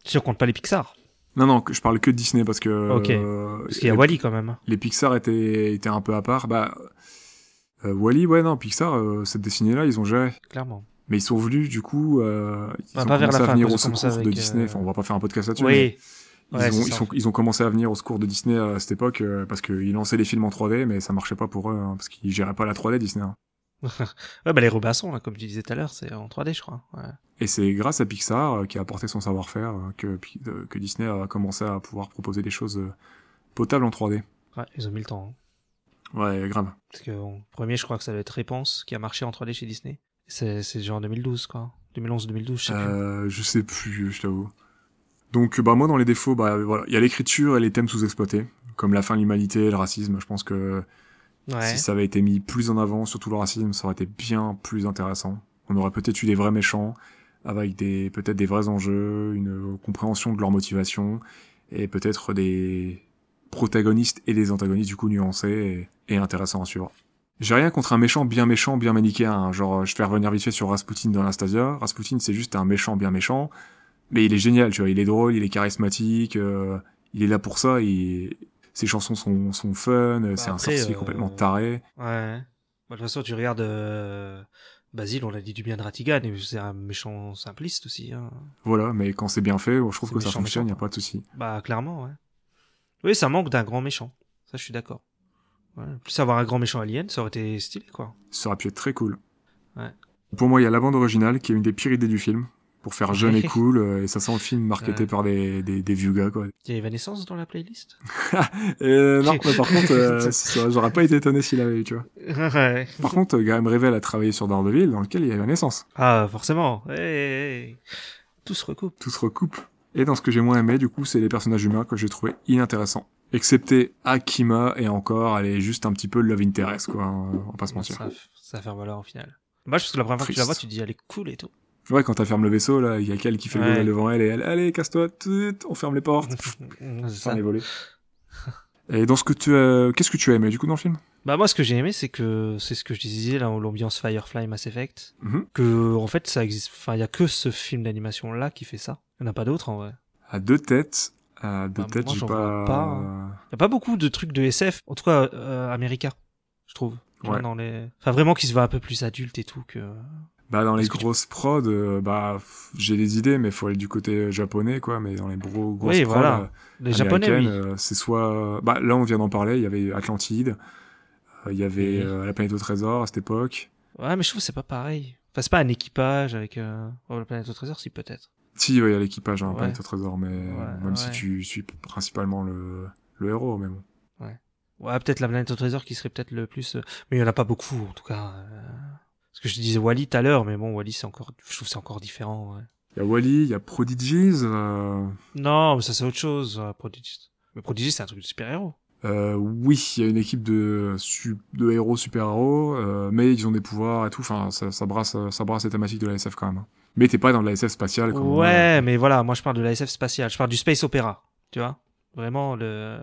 Si on compte pas les Pixar,
Non, non, que- je parle que de Disney parce que
Ok.
Bah, euh,
parce qu'il y a
les-
Wally quand même. hein,
les Pixar étaient, étaient un peu à part. Bah, euh, Wally, ouais, non, Pixar, euh, cette décennie-là, ils ont géré.
Clairement.
Mais ils sont venus, du coup, euh, ils
Bah,
ont
pas vers
commencé
la
à
fin,
venir
ils
au
ont commencé
secours de
avec,
Disney.
euh,
Enfin, on va pas faire un podcast là-dessus. mais
Oui.
Ils,
Ouais,
ont,
c'est
ils,
ça.
sont- ils ont commencé à venir au secours de Disney à cette époque euh, parce qu'ils lançaient les films en 3D, mais ça marchait pas pour eux hein, parce qu'ils géraient pas la 3D Disney. hein.
Ouais, bah les Robinson là, comme tu disais tout à l'heure, c'est en 3D je crois. hein. Ouais.
Et c'est grâce à Pixar euh, qui a apporté son savoir-faire euh, que, Pi- euh, que Disney a commencé à pouvoir proposer des choses euh, potables en 3D.
Ouais, ils ont mis le temps. hein.
Ouais, grave.
Parce que bon, le premier, je crois que ça doit être Réponse qui a marché en 3D chez Disney. C'est c'est genre 2012 quoi. 2011-2012, je sais plus.
Euh, je sais plus, je t'avoue. Donc, bah, moi, dans les défauts, bah, voilà, il y a l'écriture et les thèmes sous-exploités, comme la fin de l'humanité, le racisme. Je pense que
Ouais.
si ça avait été mis plus en avant, surtout le racisme, ça aurait été bien plus intéressant. On aurait peut-être eu des vrais méchants, avec des, peut-être des vrais enjeux, une compréhension de leur motivation, et peut-être des protagonistes et des antagonistes, du coup, nuancés et, et intéressants à suivre. J'ai rien contre un méchant bien méchant, bien manichéen. hein. Genre, euh, je fais revenir vite fait sur Rasputin dans Anastasia. Rasputin, c'est juste un méchant bien méchant, mais il est génial, tu vois. Il est drôle, il est charismatique, euh, il est là pour ça, il... ses chansons sont, sont fun, euh, c'est un
après,
sorcier
euh,
complètement taré.
Ouais. Bah, de toute façon, tu regardes euh, Basile, on l'a dit du bien de Ratigan, et c'est un méchant simpliste aussi. Hein.
Voilà, mais quand c'est bien fait, je trouve
C'est
que ça
méchant,
fonctionne, il
méchant,
a pas de souci.
Bah, clairement, ouais. Oui, ça manque d'un grand méchant. Ça, je suis d'accord. Ouais. En Plus avoir un grand méchant alien, ça aurait été stylé, quoi.
Ça aurait pu être très cool.
Ouais.
Pour moi, il y a la bande originale qui est une des pires idées du film. pour faire jeune et cool, euh, et ça sent le film marketé
Ouais.
par des, des, des vieux gars, quoi.
Il y a Evanescence dans la playlist
Euh, non, mais par contre, euh, ça- j'aurais pas été étonné s'il avait eu, tu vois.
Ouais.
Par contre, euh, Graham Revel a travaillé sur Daredevil, dans lequel il y avait naissance.
Ah, forcément. Hey, hey, hey. Tout se recoupe.
Tout se recoupe. Et dans ce que j'ai moins aimé, du coup, c'est les personnages humains que j'ai trouvé inintéressants. Excepté Akima, et encore, elle est juste un petit peu love interest, quoi. On va pas se mentir.
Ça, ça ferme là en finale. Moi, je pense que la première fois que tu la vois,
Triste.
tu te dis, elle est cool et tout.
Ouais, quand elle ferme le vaisseau, là, il y a qu'elle qui fait
Ouais.
le goût devant elle, et elle, allez, casse-toi, tout de suite, on ferme les portes.
C'est ça.
Ça, on est volé. Et dans ce que tu as... Qu'est-ce que tu as aimé, du coup, dans le film
Bah moi ce que j'ai aimé c'est que c'est ce que je disais là l'ambiance Firefly Mass Effect
Mhm.
que en fait ça existe enfin il y a que ce film d'animation là qui fait ça. Il n'y en a pas d'autres en vrai.
À deux têtes. À deux
Bah,
têtes,
moi,
j'ai
j'en
pas...
vois pas, hein. Il y a pas beaucoup de trucs de SF en tout cas euh, américain je trouve. Tu vois,
Ouais.
dans les enfin vraiment qui se voit un peu plus adulte et tout que
Bah, dans les
Est-ce que tu-
grosses prods, euh, bah, pff, j'ai des idées, mais faut aller du côté euh, japonais, quoi. Mais dans les gros, grosses
Oui,
prods,
voilà.
euh,
les japonais oui.
américaines, euh, c'est soit... Bah, là, on vient d'en parler, il y avait Atlantide, euh, il y avait
Oui.
euh, La Planète au Trésor à cette époque.
Ouais mais je trouve que c'est pas pareil. Enfin c'est pas un équipage avec euh... oh, la planète au trésor si peut-être.
Si, ouais, il y a l'équipage, hein,
Ouais.
Planète au Trésor, mais euh, même si
ouais.
tu suis principalement le, le héros, mais bon.
Ouais peut-être la planète au trésor qui serait peut-être le plus euh, mais il y en a pas beaucoup en tout cas. euh, Parce que je disais Wally tout à l'heure mais bon Wally c'est encore je trouve que c'est encore différent ouais.
Il y a Wally, il y a Prodigies, euh,
Non, mais ça c'est autre chose, euh, Prodigy. Mais Prodigy c'est un truc de super-héros.
euh, oui, il y a une équipe de, su- de héros, super-héros, euh, mais ils ont des pouvoirs et tout, enfin, ça, ça brasse, euh, ça brasse les thématiques de la SF quand même. hein. Mais t'es pas dans de la SF spatiale, comme on est.
Ouais, mais voilà, moi je parle de la SF spatiale, je parle du space opéra, tu vois. Vraiment le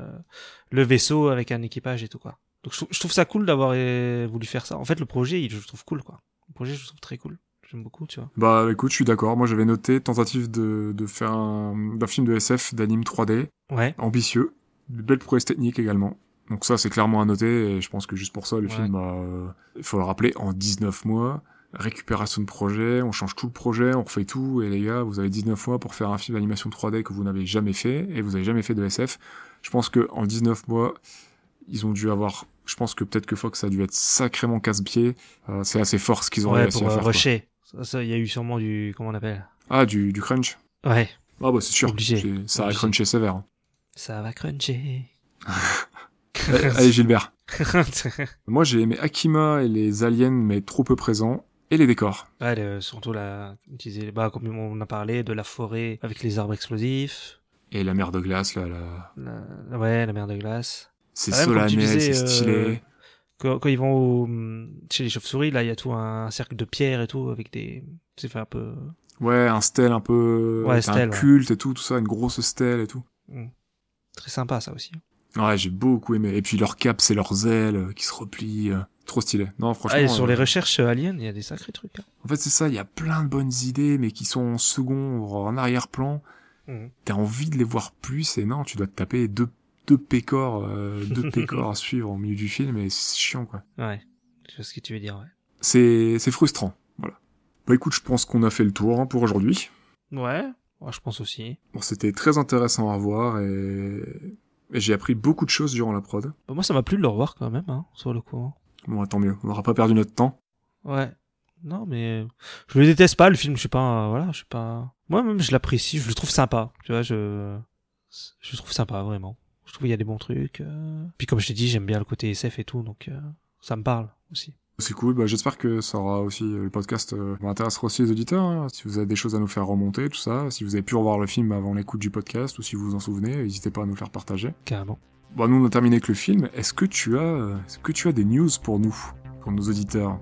le vaisseau avec un équipage et tout quoi. Donc je, trou- je trouve ça cool d'avoir euh, voulu faire ça. En fait, le projet, il, je le trouve cool quoi. Le projet, je le trouve très cool. J'aime beaucoup, tu vois.
Bah écoute, je suis d'accord. Moi j'avais noté tentative de, de faire un, d'un film de SF d'anime 3D,
Ouais.
ambitieux, de belles prouesses techniques également. Donc ça c'est clairement à noter et je pense que juste pour ça le
Ouais.
film, a, euh, il faut le rappeler, en 19 mois, récupération de projet, on change tout le projet, on refait tout et les gars, vous avez 19 mois pour faire un film d'animation 3D que vous n'avez jamais fait et vous avez jamais fait de SF. Je pense que en 19 mois, ils ont dû avoir, je pense que peut-être que Fox a dû être sacrément casse-pied. Euh, c'est assez fort ce qu'ils ont
Ouais,
réussi
pour
à
euh,
faire. quoi.
rusher. Ça, ça, il y a eu sûrement du comment on appelle
Ah du, du crunch.
Ouais,
Ah bah c'est sûr,
Obligé.
C'est- ça a
Obligé.
crunché sévère. hein.
ça va cruncher.
Allez allez, Gilbert.
ouais,
Moi j'ai aimé Akima et les aliens mais trop peu présents et les décors.
le- surtout la utiliser bah comme on a parlé de la forêt avec les arbres explosifs.
Et la mer de glace là, là.
La- ouais, la mer de glace.
c'est
Ah Ouais, comme tu
solennel,
disais,
c'est
euh,
stylé.
quand, quand ils vont au, mm, chez les chauves-souris, là, il y a tout un cercle de pierre et tout avec des, c'est fait un peu.
Ouais, un stèle un peu
Ouais,
avec
stèle,
un
ouais.
culte et tout, tout ça, une grosse stèle et tout.
Très sympa ça aussi.
Ouais, j'ai beaucoup aimé. Et puis leur cap, c'est leurs ailes euh, qui se replient. euh, Trop stylé. Non, franchement.
Ah, et sur
euh,
les recherches euh, aliens, il y a des sacrés trucs. hein.
En fait, c'est ça, il y a plein de bonnes idées, mais qui sont en second, voire en arrière-plan.
Mhm.
T'as envie de les voir plus, et non, tu dois te taper deux, deux pécores, euh, deux pécores à suivre au milieu du film, et c'est chiant, quoi.
Ouais. Je vois ce que tu veux dire, ouais.
C'est, c'est frustrant. Voilà. Bah écoute, je pense qu'on a fait le tour hein, pour aujourd'hui.
Ouais. Ouais, je pense aussi.
Bon, c'était très intéressant à voir, et, et j'ai appris beaucoup de choses durant la prod.
Bah, moi, ça m'a plu de le revoir quand même, hein, sur le coup. hein.
Bon, bah, tant mieux, on n'aura pas perdu notre temps.
Ouais. Non, mais euh, je le déteste pas, le film, je suis pas, euh, voilà, je suis pas. Moi-même, je l'apprécie, je le trouve sympa. Tu vois, je, je le trouve sympa, vraiment. Je trouve qu'il y a des bons trucs. euh. Puis comme je t'ai dit, j'aime bien le côté SF et tout, donc euh, ça me parle aussi.
C'est cool, bah, j'espère que ça aura aussi, le podcast euh, intéressera aussi les auditeurs, hein. si vous avez des choses à nous faire remonter, tout ça, si vous avez pu revoir le film avant l'écoute du podcast, ou si vous vous en souvenez, n'hésitez pas à nous faire partager.
Carrément.
Bon, nous on a terminé avec le film, est-ce que tu as, euh, est-ce que tu as des news pour nous, pour nos auditeurs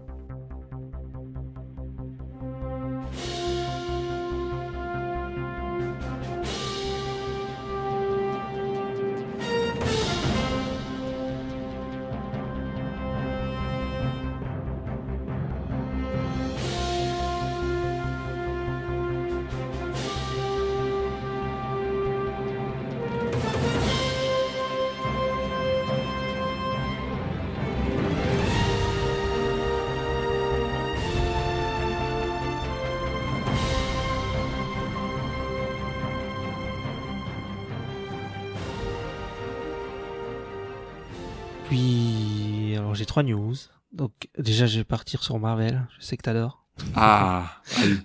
Puis, alors j'ai trois news. Donc déjà, je vais partir sur Marvel. Je sais que t'adores.
Ah, allez,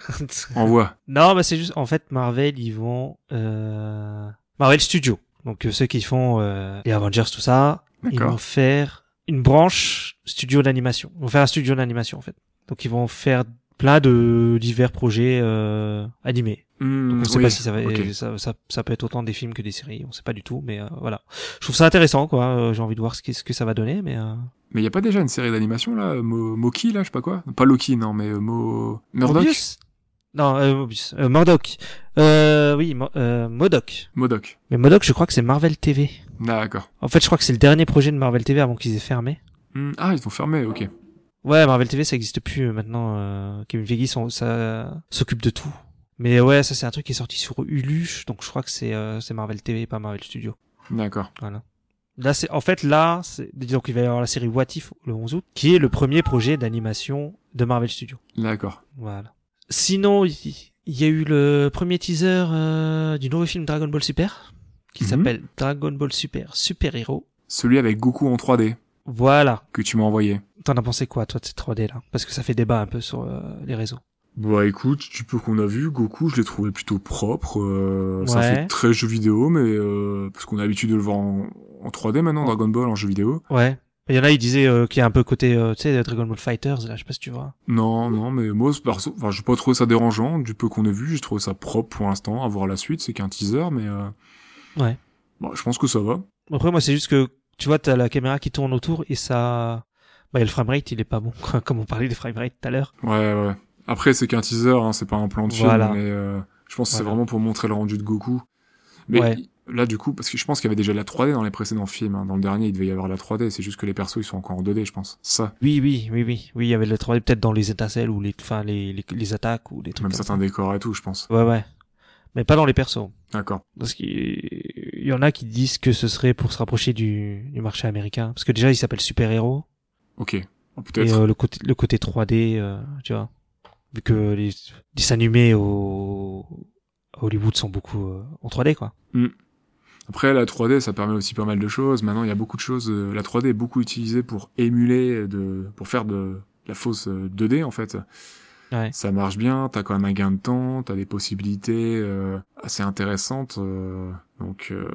envoie.
Non, bah c'est juste, en fait, Marvel, ils vont... Euh... Marvel Studio, donc euh, ceux qui font euh, les Avengers, tout ça, ils
D'accord.
vont faire une branche studio d'animation. Ils vont faire un studio d'animation, en fait. Donc ils vont faire plein de divers projets euh, animés.
Hmm,
On sait
oui,
pas si ça va,
ok.
ça, ça, ça peut être autant des films que des séries, on sait pas du tout, mais euh, voilà. Je trouve ça intéressant, quoi. euh, J'ai envie de voir ce, qu'est- ce que ça va donner, mais euh,
Mais il y a pas déjà une série d'animation là, Mo- Moki là, je sais pas quoi. Pas Loki non, mais euh, Mo Murdoch.
Mobius Non, euh, Mobius, euh, Murdoch. Euh, oui, Mo- euh, Modoc.
Modoc.
Mais Modoc, je crois que c'est Marvel TV.
D'accord.
En fait, je crois que c'est le dernier projet de Marvel TV avant qu'ils aient fermé.
Hmm, Ah, ils ont fermé, ok.
Ouais, Marvel TV, ça existe plus euh, maintenant. Euh, Kevin Feige, s'en- ça s'occupe de tout. Mais ouais, ça c'est un truc qui est sorti sur Hulu, donc je crois que c'est euh, c'est Marvel TV, pas Marvel Studio.
D'accord.
Voilà. Là, c'est en fait là, c'est- donc il va y avoir la série What If le 11 août, qui est le premier projet d'animation de Marvel Studios.
D'accord.
Voilà. Sinon, il il y a eu le premier teaser euh, du nouveau film Dragon Ball Super, qui
Mhm.
s'appelle Dragon Ball Super Super Hero.
Celui avec Goku en 3D
Voilà.
que tu m'as envoyé.
T'en as pensé quoi, toi, de cette 3D là Parce que ça fait débat un peu sur euh, les réseaux.
Bah écoute, tu peux qu'on a vu, Goku, je l'ai trouvé plutôt propre. euh, Ça
Ouais.
fait très jeu vidéo, mais euh, parce qu'on a l'habitude de le voir en, en 3D maintenant, Dragon Ball en jeu vidéo.
Ouais. Il y en a, ils disaient euh, qu'il y a un peu côté, euh, tu sais, Dragon Ball Fighters. Là, je sais pas si tu vois.
Non, non, mais moi, perso, enfin, j'ai pas trouvé ça dérangeant. Du peu qu'on a vu, j'ai trouvé ça propre pour l'instant. À voir la suite, c'est qu'un teaser, mais euh,
Ouais.
bah, je pense que ça va.
Après, moi, c'est juste que, tu vois, t'as la caméra qui tourne autour et ça... Bah, et le framerate, il est pas bon, quoi, comme on parlait des framerate tout à l'heure.
Ouais, ouais. Après, c'est qu'un teaser, hein, c'est pas un plan de film,
Voilà.
mais euh, je pense que c'est
Voilà.
vraiment pour montrer le rendu de Goku. Mais
Ouais.
il- là, du coup, parce que je pense qu'il y avait déjà de la 3D dans les précédents films. hein. Dans le dernier, il devait y avoir la 3D. C'est juste que les persos, ils sont encore en 2D, je pense. Ça,
Oui, oui, oui, oui. Oui, il y avait le 3D peut-être dans les étincelles ou les, enfin, les, les, les attaques ou des trucs
même
comme
certains décors et tout, je pense.
ça. Ouais, ouais. Mais pas dans les persos.
D'accord.
Parce qu'il il y en a qui disent que ce serait pour se rapprocher du, du marché américain. Parce que déjà, il s'appelle Super Héros.
Ok. Oh,
Et
Peut-être.
euh, le, côté, le côté 3D, euh, tu vois. Vu que les dessins animés au, à Hollywood sont beaucoup euh, en 3D, quoi.
Après, la 3D, ça permet aussi pas mal de choses. Maintenant, il y a beaucoup de choses. euh, La 3D est beaucoup utilisée pour émuler, de, pour faire de la fausse euh, 2D, en fait.
Ouais.
Ça marche bien, t'as quand même un gain de temps, t'as des possibilités euh, assez intéressantes. euh, donc, euh,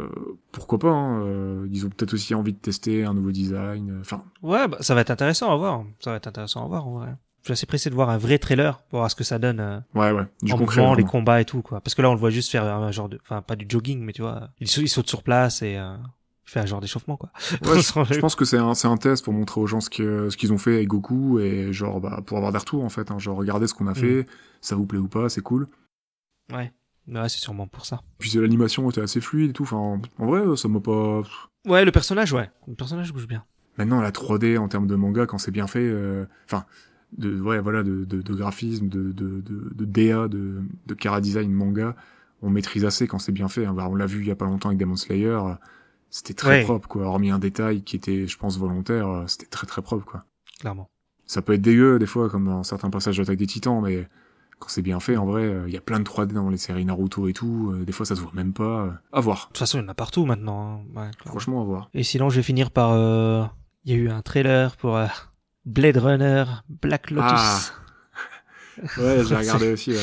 pourquoi pas hein, euh, Ils ont peut-être aussi envie de tester un nouveau design. euh, Enfin,
Ouais, bah, ça va être intéressant à voir. Ça va être intéressant à voir, en vrai. Je suis assez pressé de voir un vrai trailer pour voir ce que ça donne euh,
ouais, ouais, du
en
concret.
mouvement, les
vraiment.
combats et tout, quoi. Parce que là, on le voit juste faire un genre de, enfin, pas du jogging, mais tu vois, il, sau- il saute sur place et euh, fait un genre d'échauffement, quoi.
Ouais, je, je pense que c'est un, c'est un test pour montrer aux gens ce que- ce qu'ils ont fait avec Goku et genre bah, pour avoir des retours en fait. hein. genre, regardez ce qu'on
Mm.
a fait, ça vous plaît ou pas, c'est cool.
Ouais, c'est sûrement pour ça.
Puis euh, l'animation était assez fluide et tout. Enfin, en- en vrai, euh, ça m'a pas.
Ouais, le personnage, ouais. Le personnage bouge bien.
Maintenant, la 3D en termes de manga, quand c'est bien fait, euh, enfin, de, ouais, voilà, de, de, de graphisme, de, de, de, de DA, de, de cara design manga, on maîtrise assez quand c'est bien fait. hein. Bah, on l'a vu il y a pas longtemps avec Demon Slayer, euh, c'était très
Ouais.
propre, quoi. Hormis un détail qui était, je pense, volontaire, euh, c'était très très propre, quoi.
Clairement.
Ça peut être dégueu des fois, comme dans certains passages d'Attaque des Titans, mais quand c'est bien fait, en vrai, euh, il y a plein de 3D dans les séries Naruto et tout. euh, des fois, ça se voit même pas. euh. à voir.
De toute façon, il y en a partout maintenant. hein. Ouais, clairement.
Franchement, à voir.
Et sinon, je vais finir par, euh, il y a eu un trailer pour euh, Blade Runner, Black Lotus.
Ah. Ouais, j'ai
j'ai
regardé
regardé
aussi. Ouais.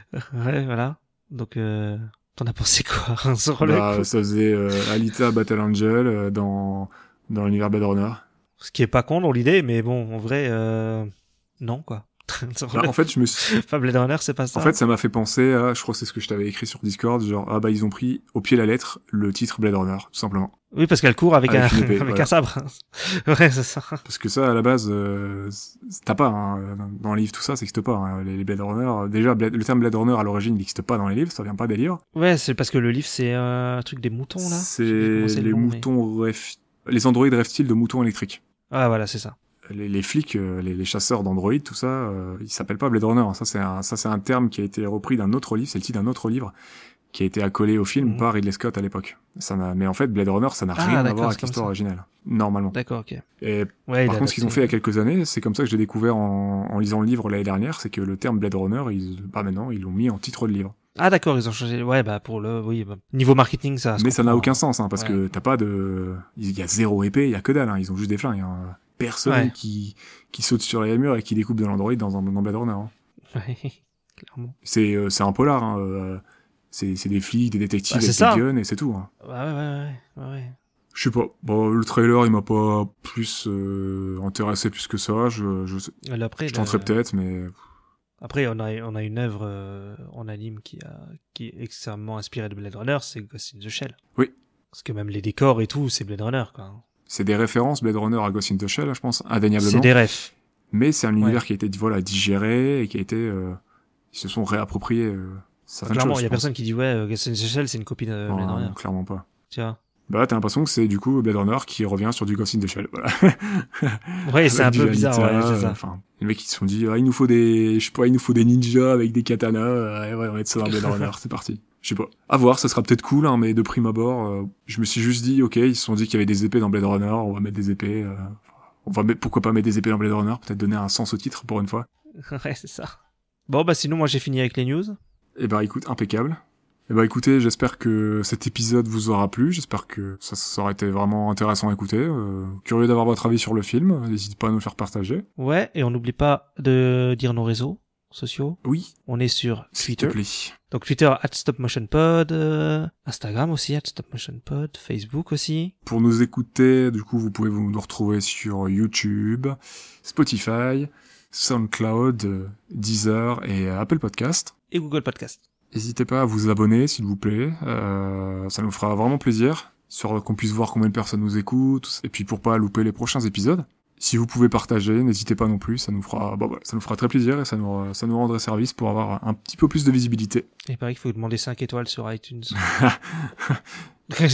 Ouais, voilà. Donc, euh, t'en as pensé quoi hein, sur le
Bah,
coup
ça faisait euh, Alita Battle Angel euh, dans, dans l'univers Blade Runner.
Ce qui est pas con dans l'idée, mais bon, en vrai, euh, non, quoi. Sur
Bah,
le-
en fait, je me suis...
Enfin, Blade Runner, c'est pas ça.
En fait, ça m'a fait penser à, je crois que c'est ce que je t'avais écrit sur Discord, genre, ah bah ils ont pris au pied la lettre le titre Blade Runner, tout simplement.
oui, parce qu'elle court avec,
Avec
un,
une épée,
avec
voilà.
un sabre. ouais, c'est ça.
Parce que ça, à la base, euh, c'est- t'as pas, hein, dans- dans les livres, tout ça, ça existe pas. hein. Les, les Blade Runner, euh, déjà, Blade- le terme Blade Runner à l'origine, il n'existe pas dans les livres, ça vient pas des livres.
Ouais, c'est parce que le livre, c'est euh, un truc des moutons, là.
C'est
Je sais plus comment
les
le nom, mais-
moutons rêvent- les androïdes rêvent-ils de moutons électriques
Ah, voilà, c'est ça.
les, les flics, euh, les, les chasseurs d'androïdes, tout ça, euh, ils s'appellent pas Blade Runner. hein. Ça, c'est un, ça, c'est un terme qui a été repris d'un autre livre. C'est le titre d'un autre livre qui a été accolé au film
Mhm.
par Ridley Scott à l'époque. Ça n'a, mais en fait, Blade Runner, ça n'a
Ah,
rien à
d'accord,
voir
c'est
avec
comme
l'histoire
ça.
originale. Normalement.
D'accord, ok.
Et
Ouais,
par
il a
contre, ce qu'ils ont fait il y
adapté.
a quelques années, c'est comme ça que j'ai découvert en, en lisant le livre l'année dernière, c'est que le terme Blade Runner, ils, bah maintenant, ils l'ont mis en titre de livre.
Ah, d'accord, ils ont changé. Ouais, bah, pour le, oui, bah, niveau marketing, ça. se
mais ça n'a
comprend.
aucun sens, hein, parce
Ouais.
que t'as pas de, il y a zéro épée, il y a que dalle, hein. ils ont juste des flingues. hein. personne
Ouais.
qui, qui saute sur les murs et qui découpe de l'android dans, un- dans Blade Runner. hein.
Ouais, clairement.
C'est euh, c'est un polar. hein, euh, c'est c'est des flics, des détectives,
Bah, c'est ça.
avec des guns et c'est tout. hein.
Ouais, ouais, ouais, ouais, ouais.
Je sais pas. Bon, le trailer, il m'a pas plus euh, intéressé plus que ça. Je, je,
Euh, là, Après,
je
le-
tenterai peut-être, mais
après, on a, on a une œuvre euh, en anime qui, a, qui est extrêmement inspirée de Blade Runner, c'est Ghost in the Shell.
Oui.
Parce que même les décors et tout, c'est Blade Runner, quoi.
c'est des références Blade Runner à Ghost in the Shell, hein, je pense, indéniablement.
C'est des refs.
Mais c'est un univers
Ouais.
qui a été voilà, digéré et qui a été. euh, ils se sont réappropriés. Euh, certaines
Clairement,
choses,
il y a
je pense. Oh.
personne qui dit, ouais, euh, Ghost in the Shell, c'est une copie de
Non,
Blade
non,
Runner.
clairement pas.
Tu vois.
Bah, t'as l'impression que c'est du coup Blade Runner qui revient sur du Ghost in the Shell. Voilà.
Ouais, c'est un
Avec
peu
du
bizarre,
Alita,
ouais, c'est
euh,
ça.
Enfin, les mecs, ils se sont dit, ah, il nous faut des, je sais pas, il nous faut des ninjas avec des katanas. euh, ouais, ouais, on va être ça dans Blade Runner, c'est parti. Je sais pas. À voir, ça sera peut-être cool, hein, mais de prime abord, euh, je me suis juste dit, ok, ils se sont dit qu'il y avait des épées dans Blade Runner, on va mettre des épées. euh, on va mettre, pourquoi pas mettre des épées dans Blade Runner, peut-être donner un sens au titre pour une fois.
ouais, c'est ça. Bon, bah sinon, moi, j'ai fini avec les news.
Eh ben écoute, impeccable. Eh ben écoutez, j'espère que cet épisode vous aura plu, j'espère que ça, ça aurait été vraiment intéressant à écouter. euh, curieux d'avoir votre avis sur le film, n'hésitez pas à nous le faire partager.
Ouais, et on n'oublie pas de dire nos réseaux sociaux.
Oui,
On est sur
s'il te
Twitter.
plaît.
Donc Twitter, at StopMotionPod, euh, Instagram aussi, at StopMotionPod, Facebook aussi.
Pour nous écouter, du coup, vous pouvez vous nous retrouver sur YouTube, Spotify, SoundCloud, euh, Deezer et Apple Podcast.
Et Google Podcast.
N'hésitez pas à vous abonner, s'il vous plaît. euh, ça nous fera vraiment plaisir sur qu'on puisse voir combien de personnes nous écoutent et puis pour pas louper les prochains épisodes. Si vous pouvez partager, n'hésitez pas non plus. Ça nous fera, bah voilà, ça nous fera très plaisir et ça nous, ça nous rendrait service pour avoir un petit peu plus de visibilité.
Et pareil qu'il faut demander 5 étoiles sur iTunes. je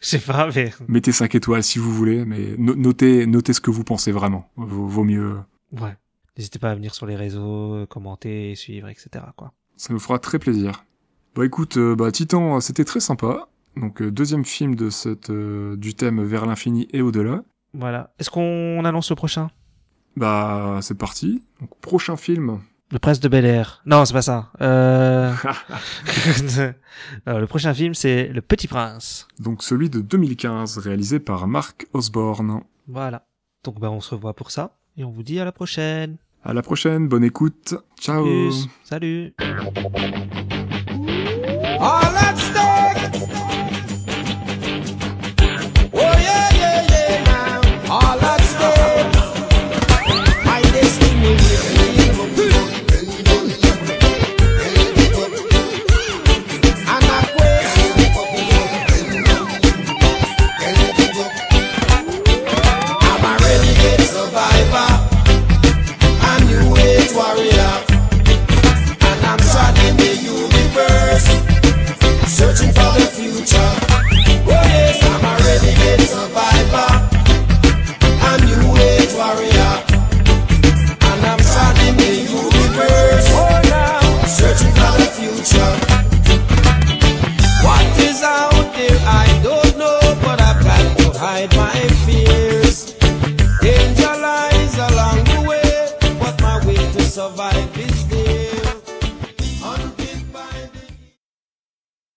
sais pas, mais...
Mettez 5 étoiles si vous voulez, mais no- notez, notez ce que vous pensez vraiment. Vaut, vaut mieux.
Ouais. N'hésitez pas à venir sur les réseaux, euh, commenter, suivre, etc. quoi.
Ça nous fera très plaisir. Bah écoute, euh, bah Titan, euh, c'était très sympa. Donc euh, deuxième film de cette euh, du thème vers l'infini et au-delà.
Voilà. Est-ce qu'on annonce le prochain
Bah c'est parti. Donc prochain film.
Le Prince de Bel Air. Non, c'est pas ça. Euh... Alors, le prochain film, c'est Le Petit Prince.
Donc celui de 2015 réalisé par Mark Osborne.
Voilà. Donc bah, on se revoit pour ça. Et on vous dit à la prochaine.
À la prochaine, bonne écoute. Ciao.
Plus. Salut.
Oh, let's dig!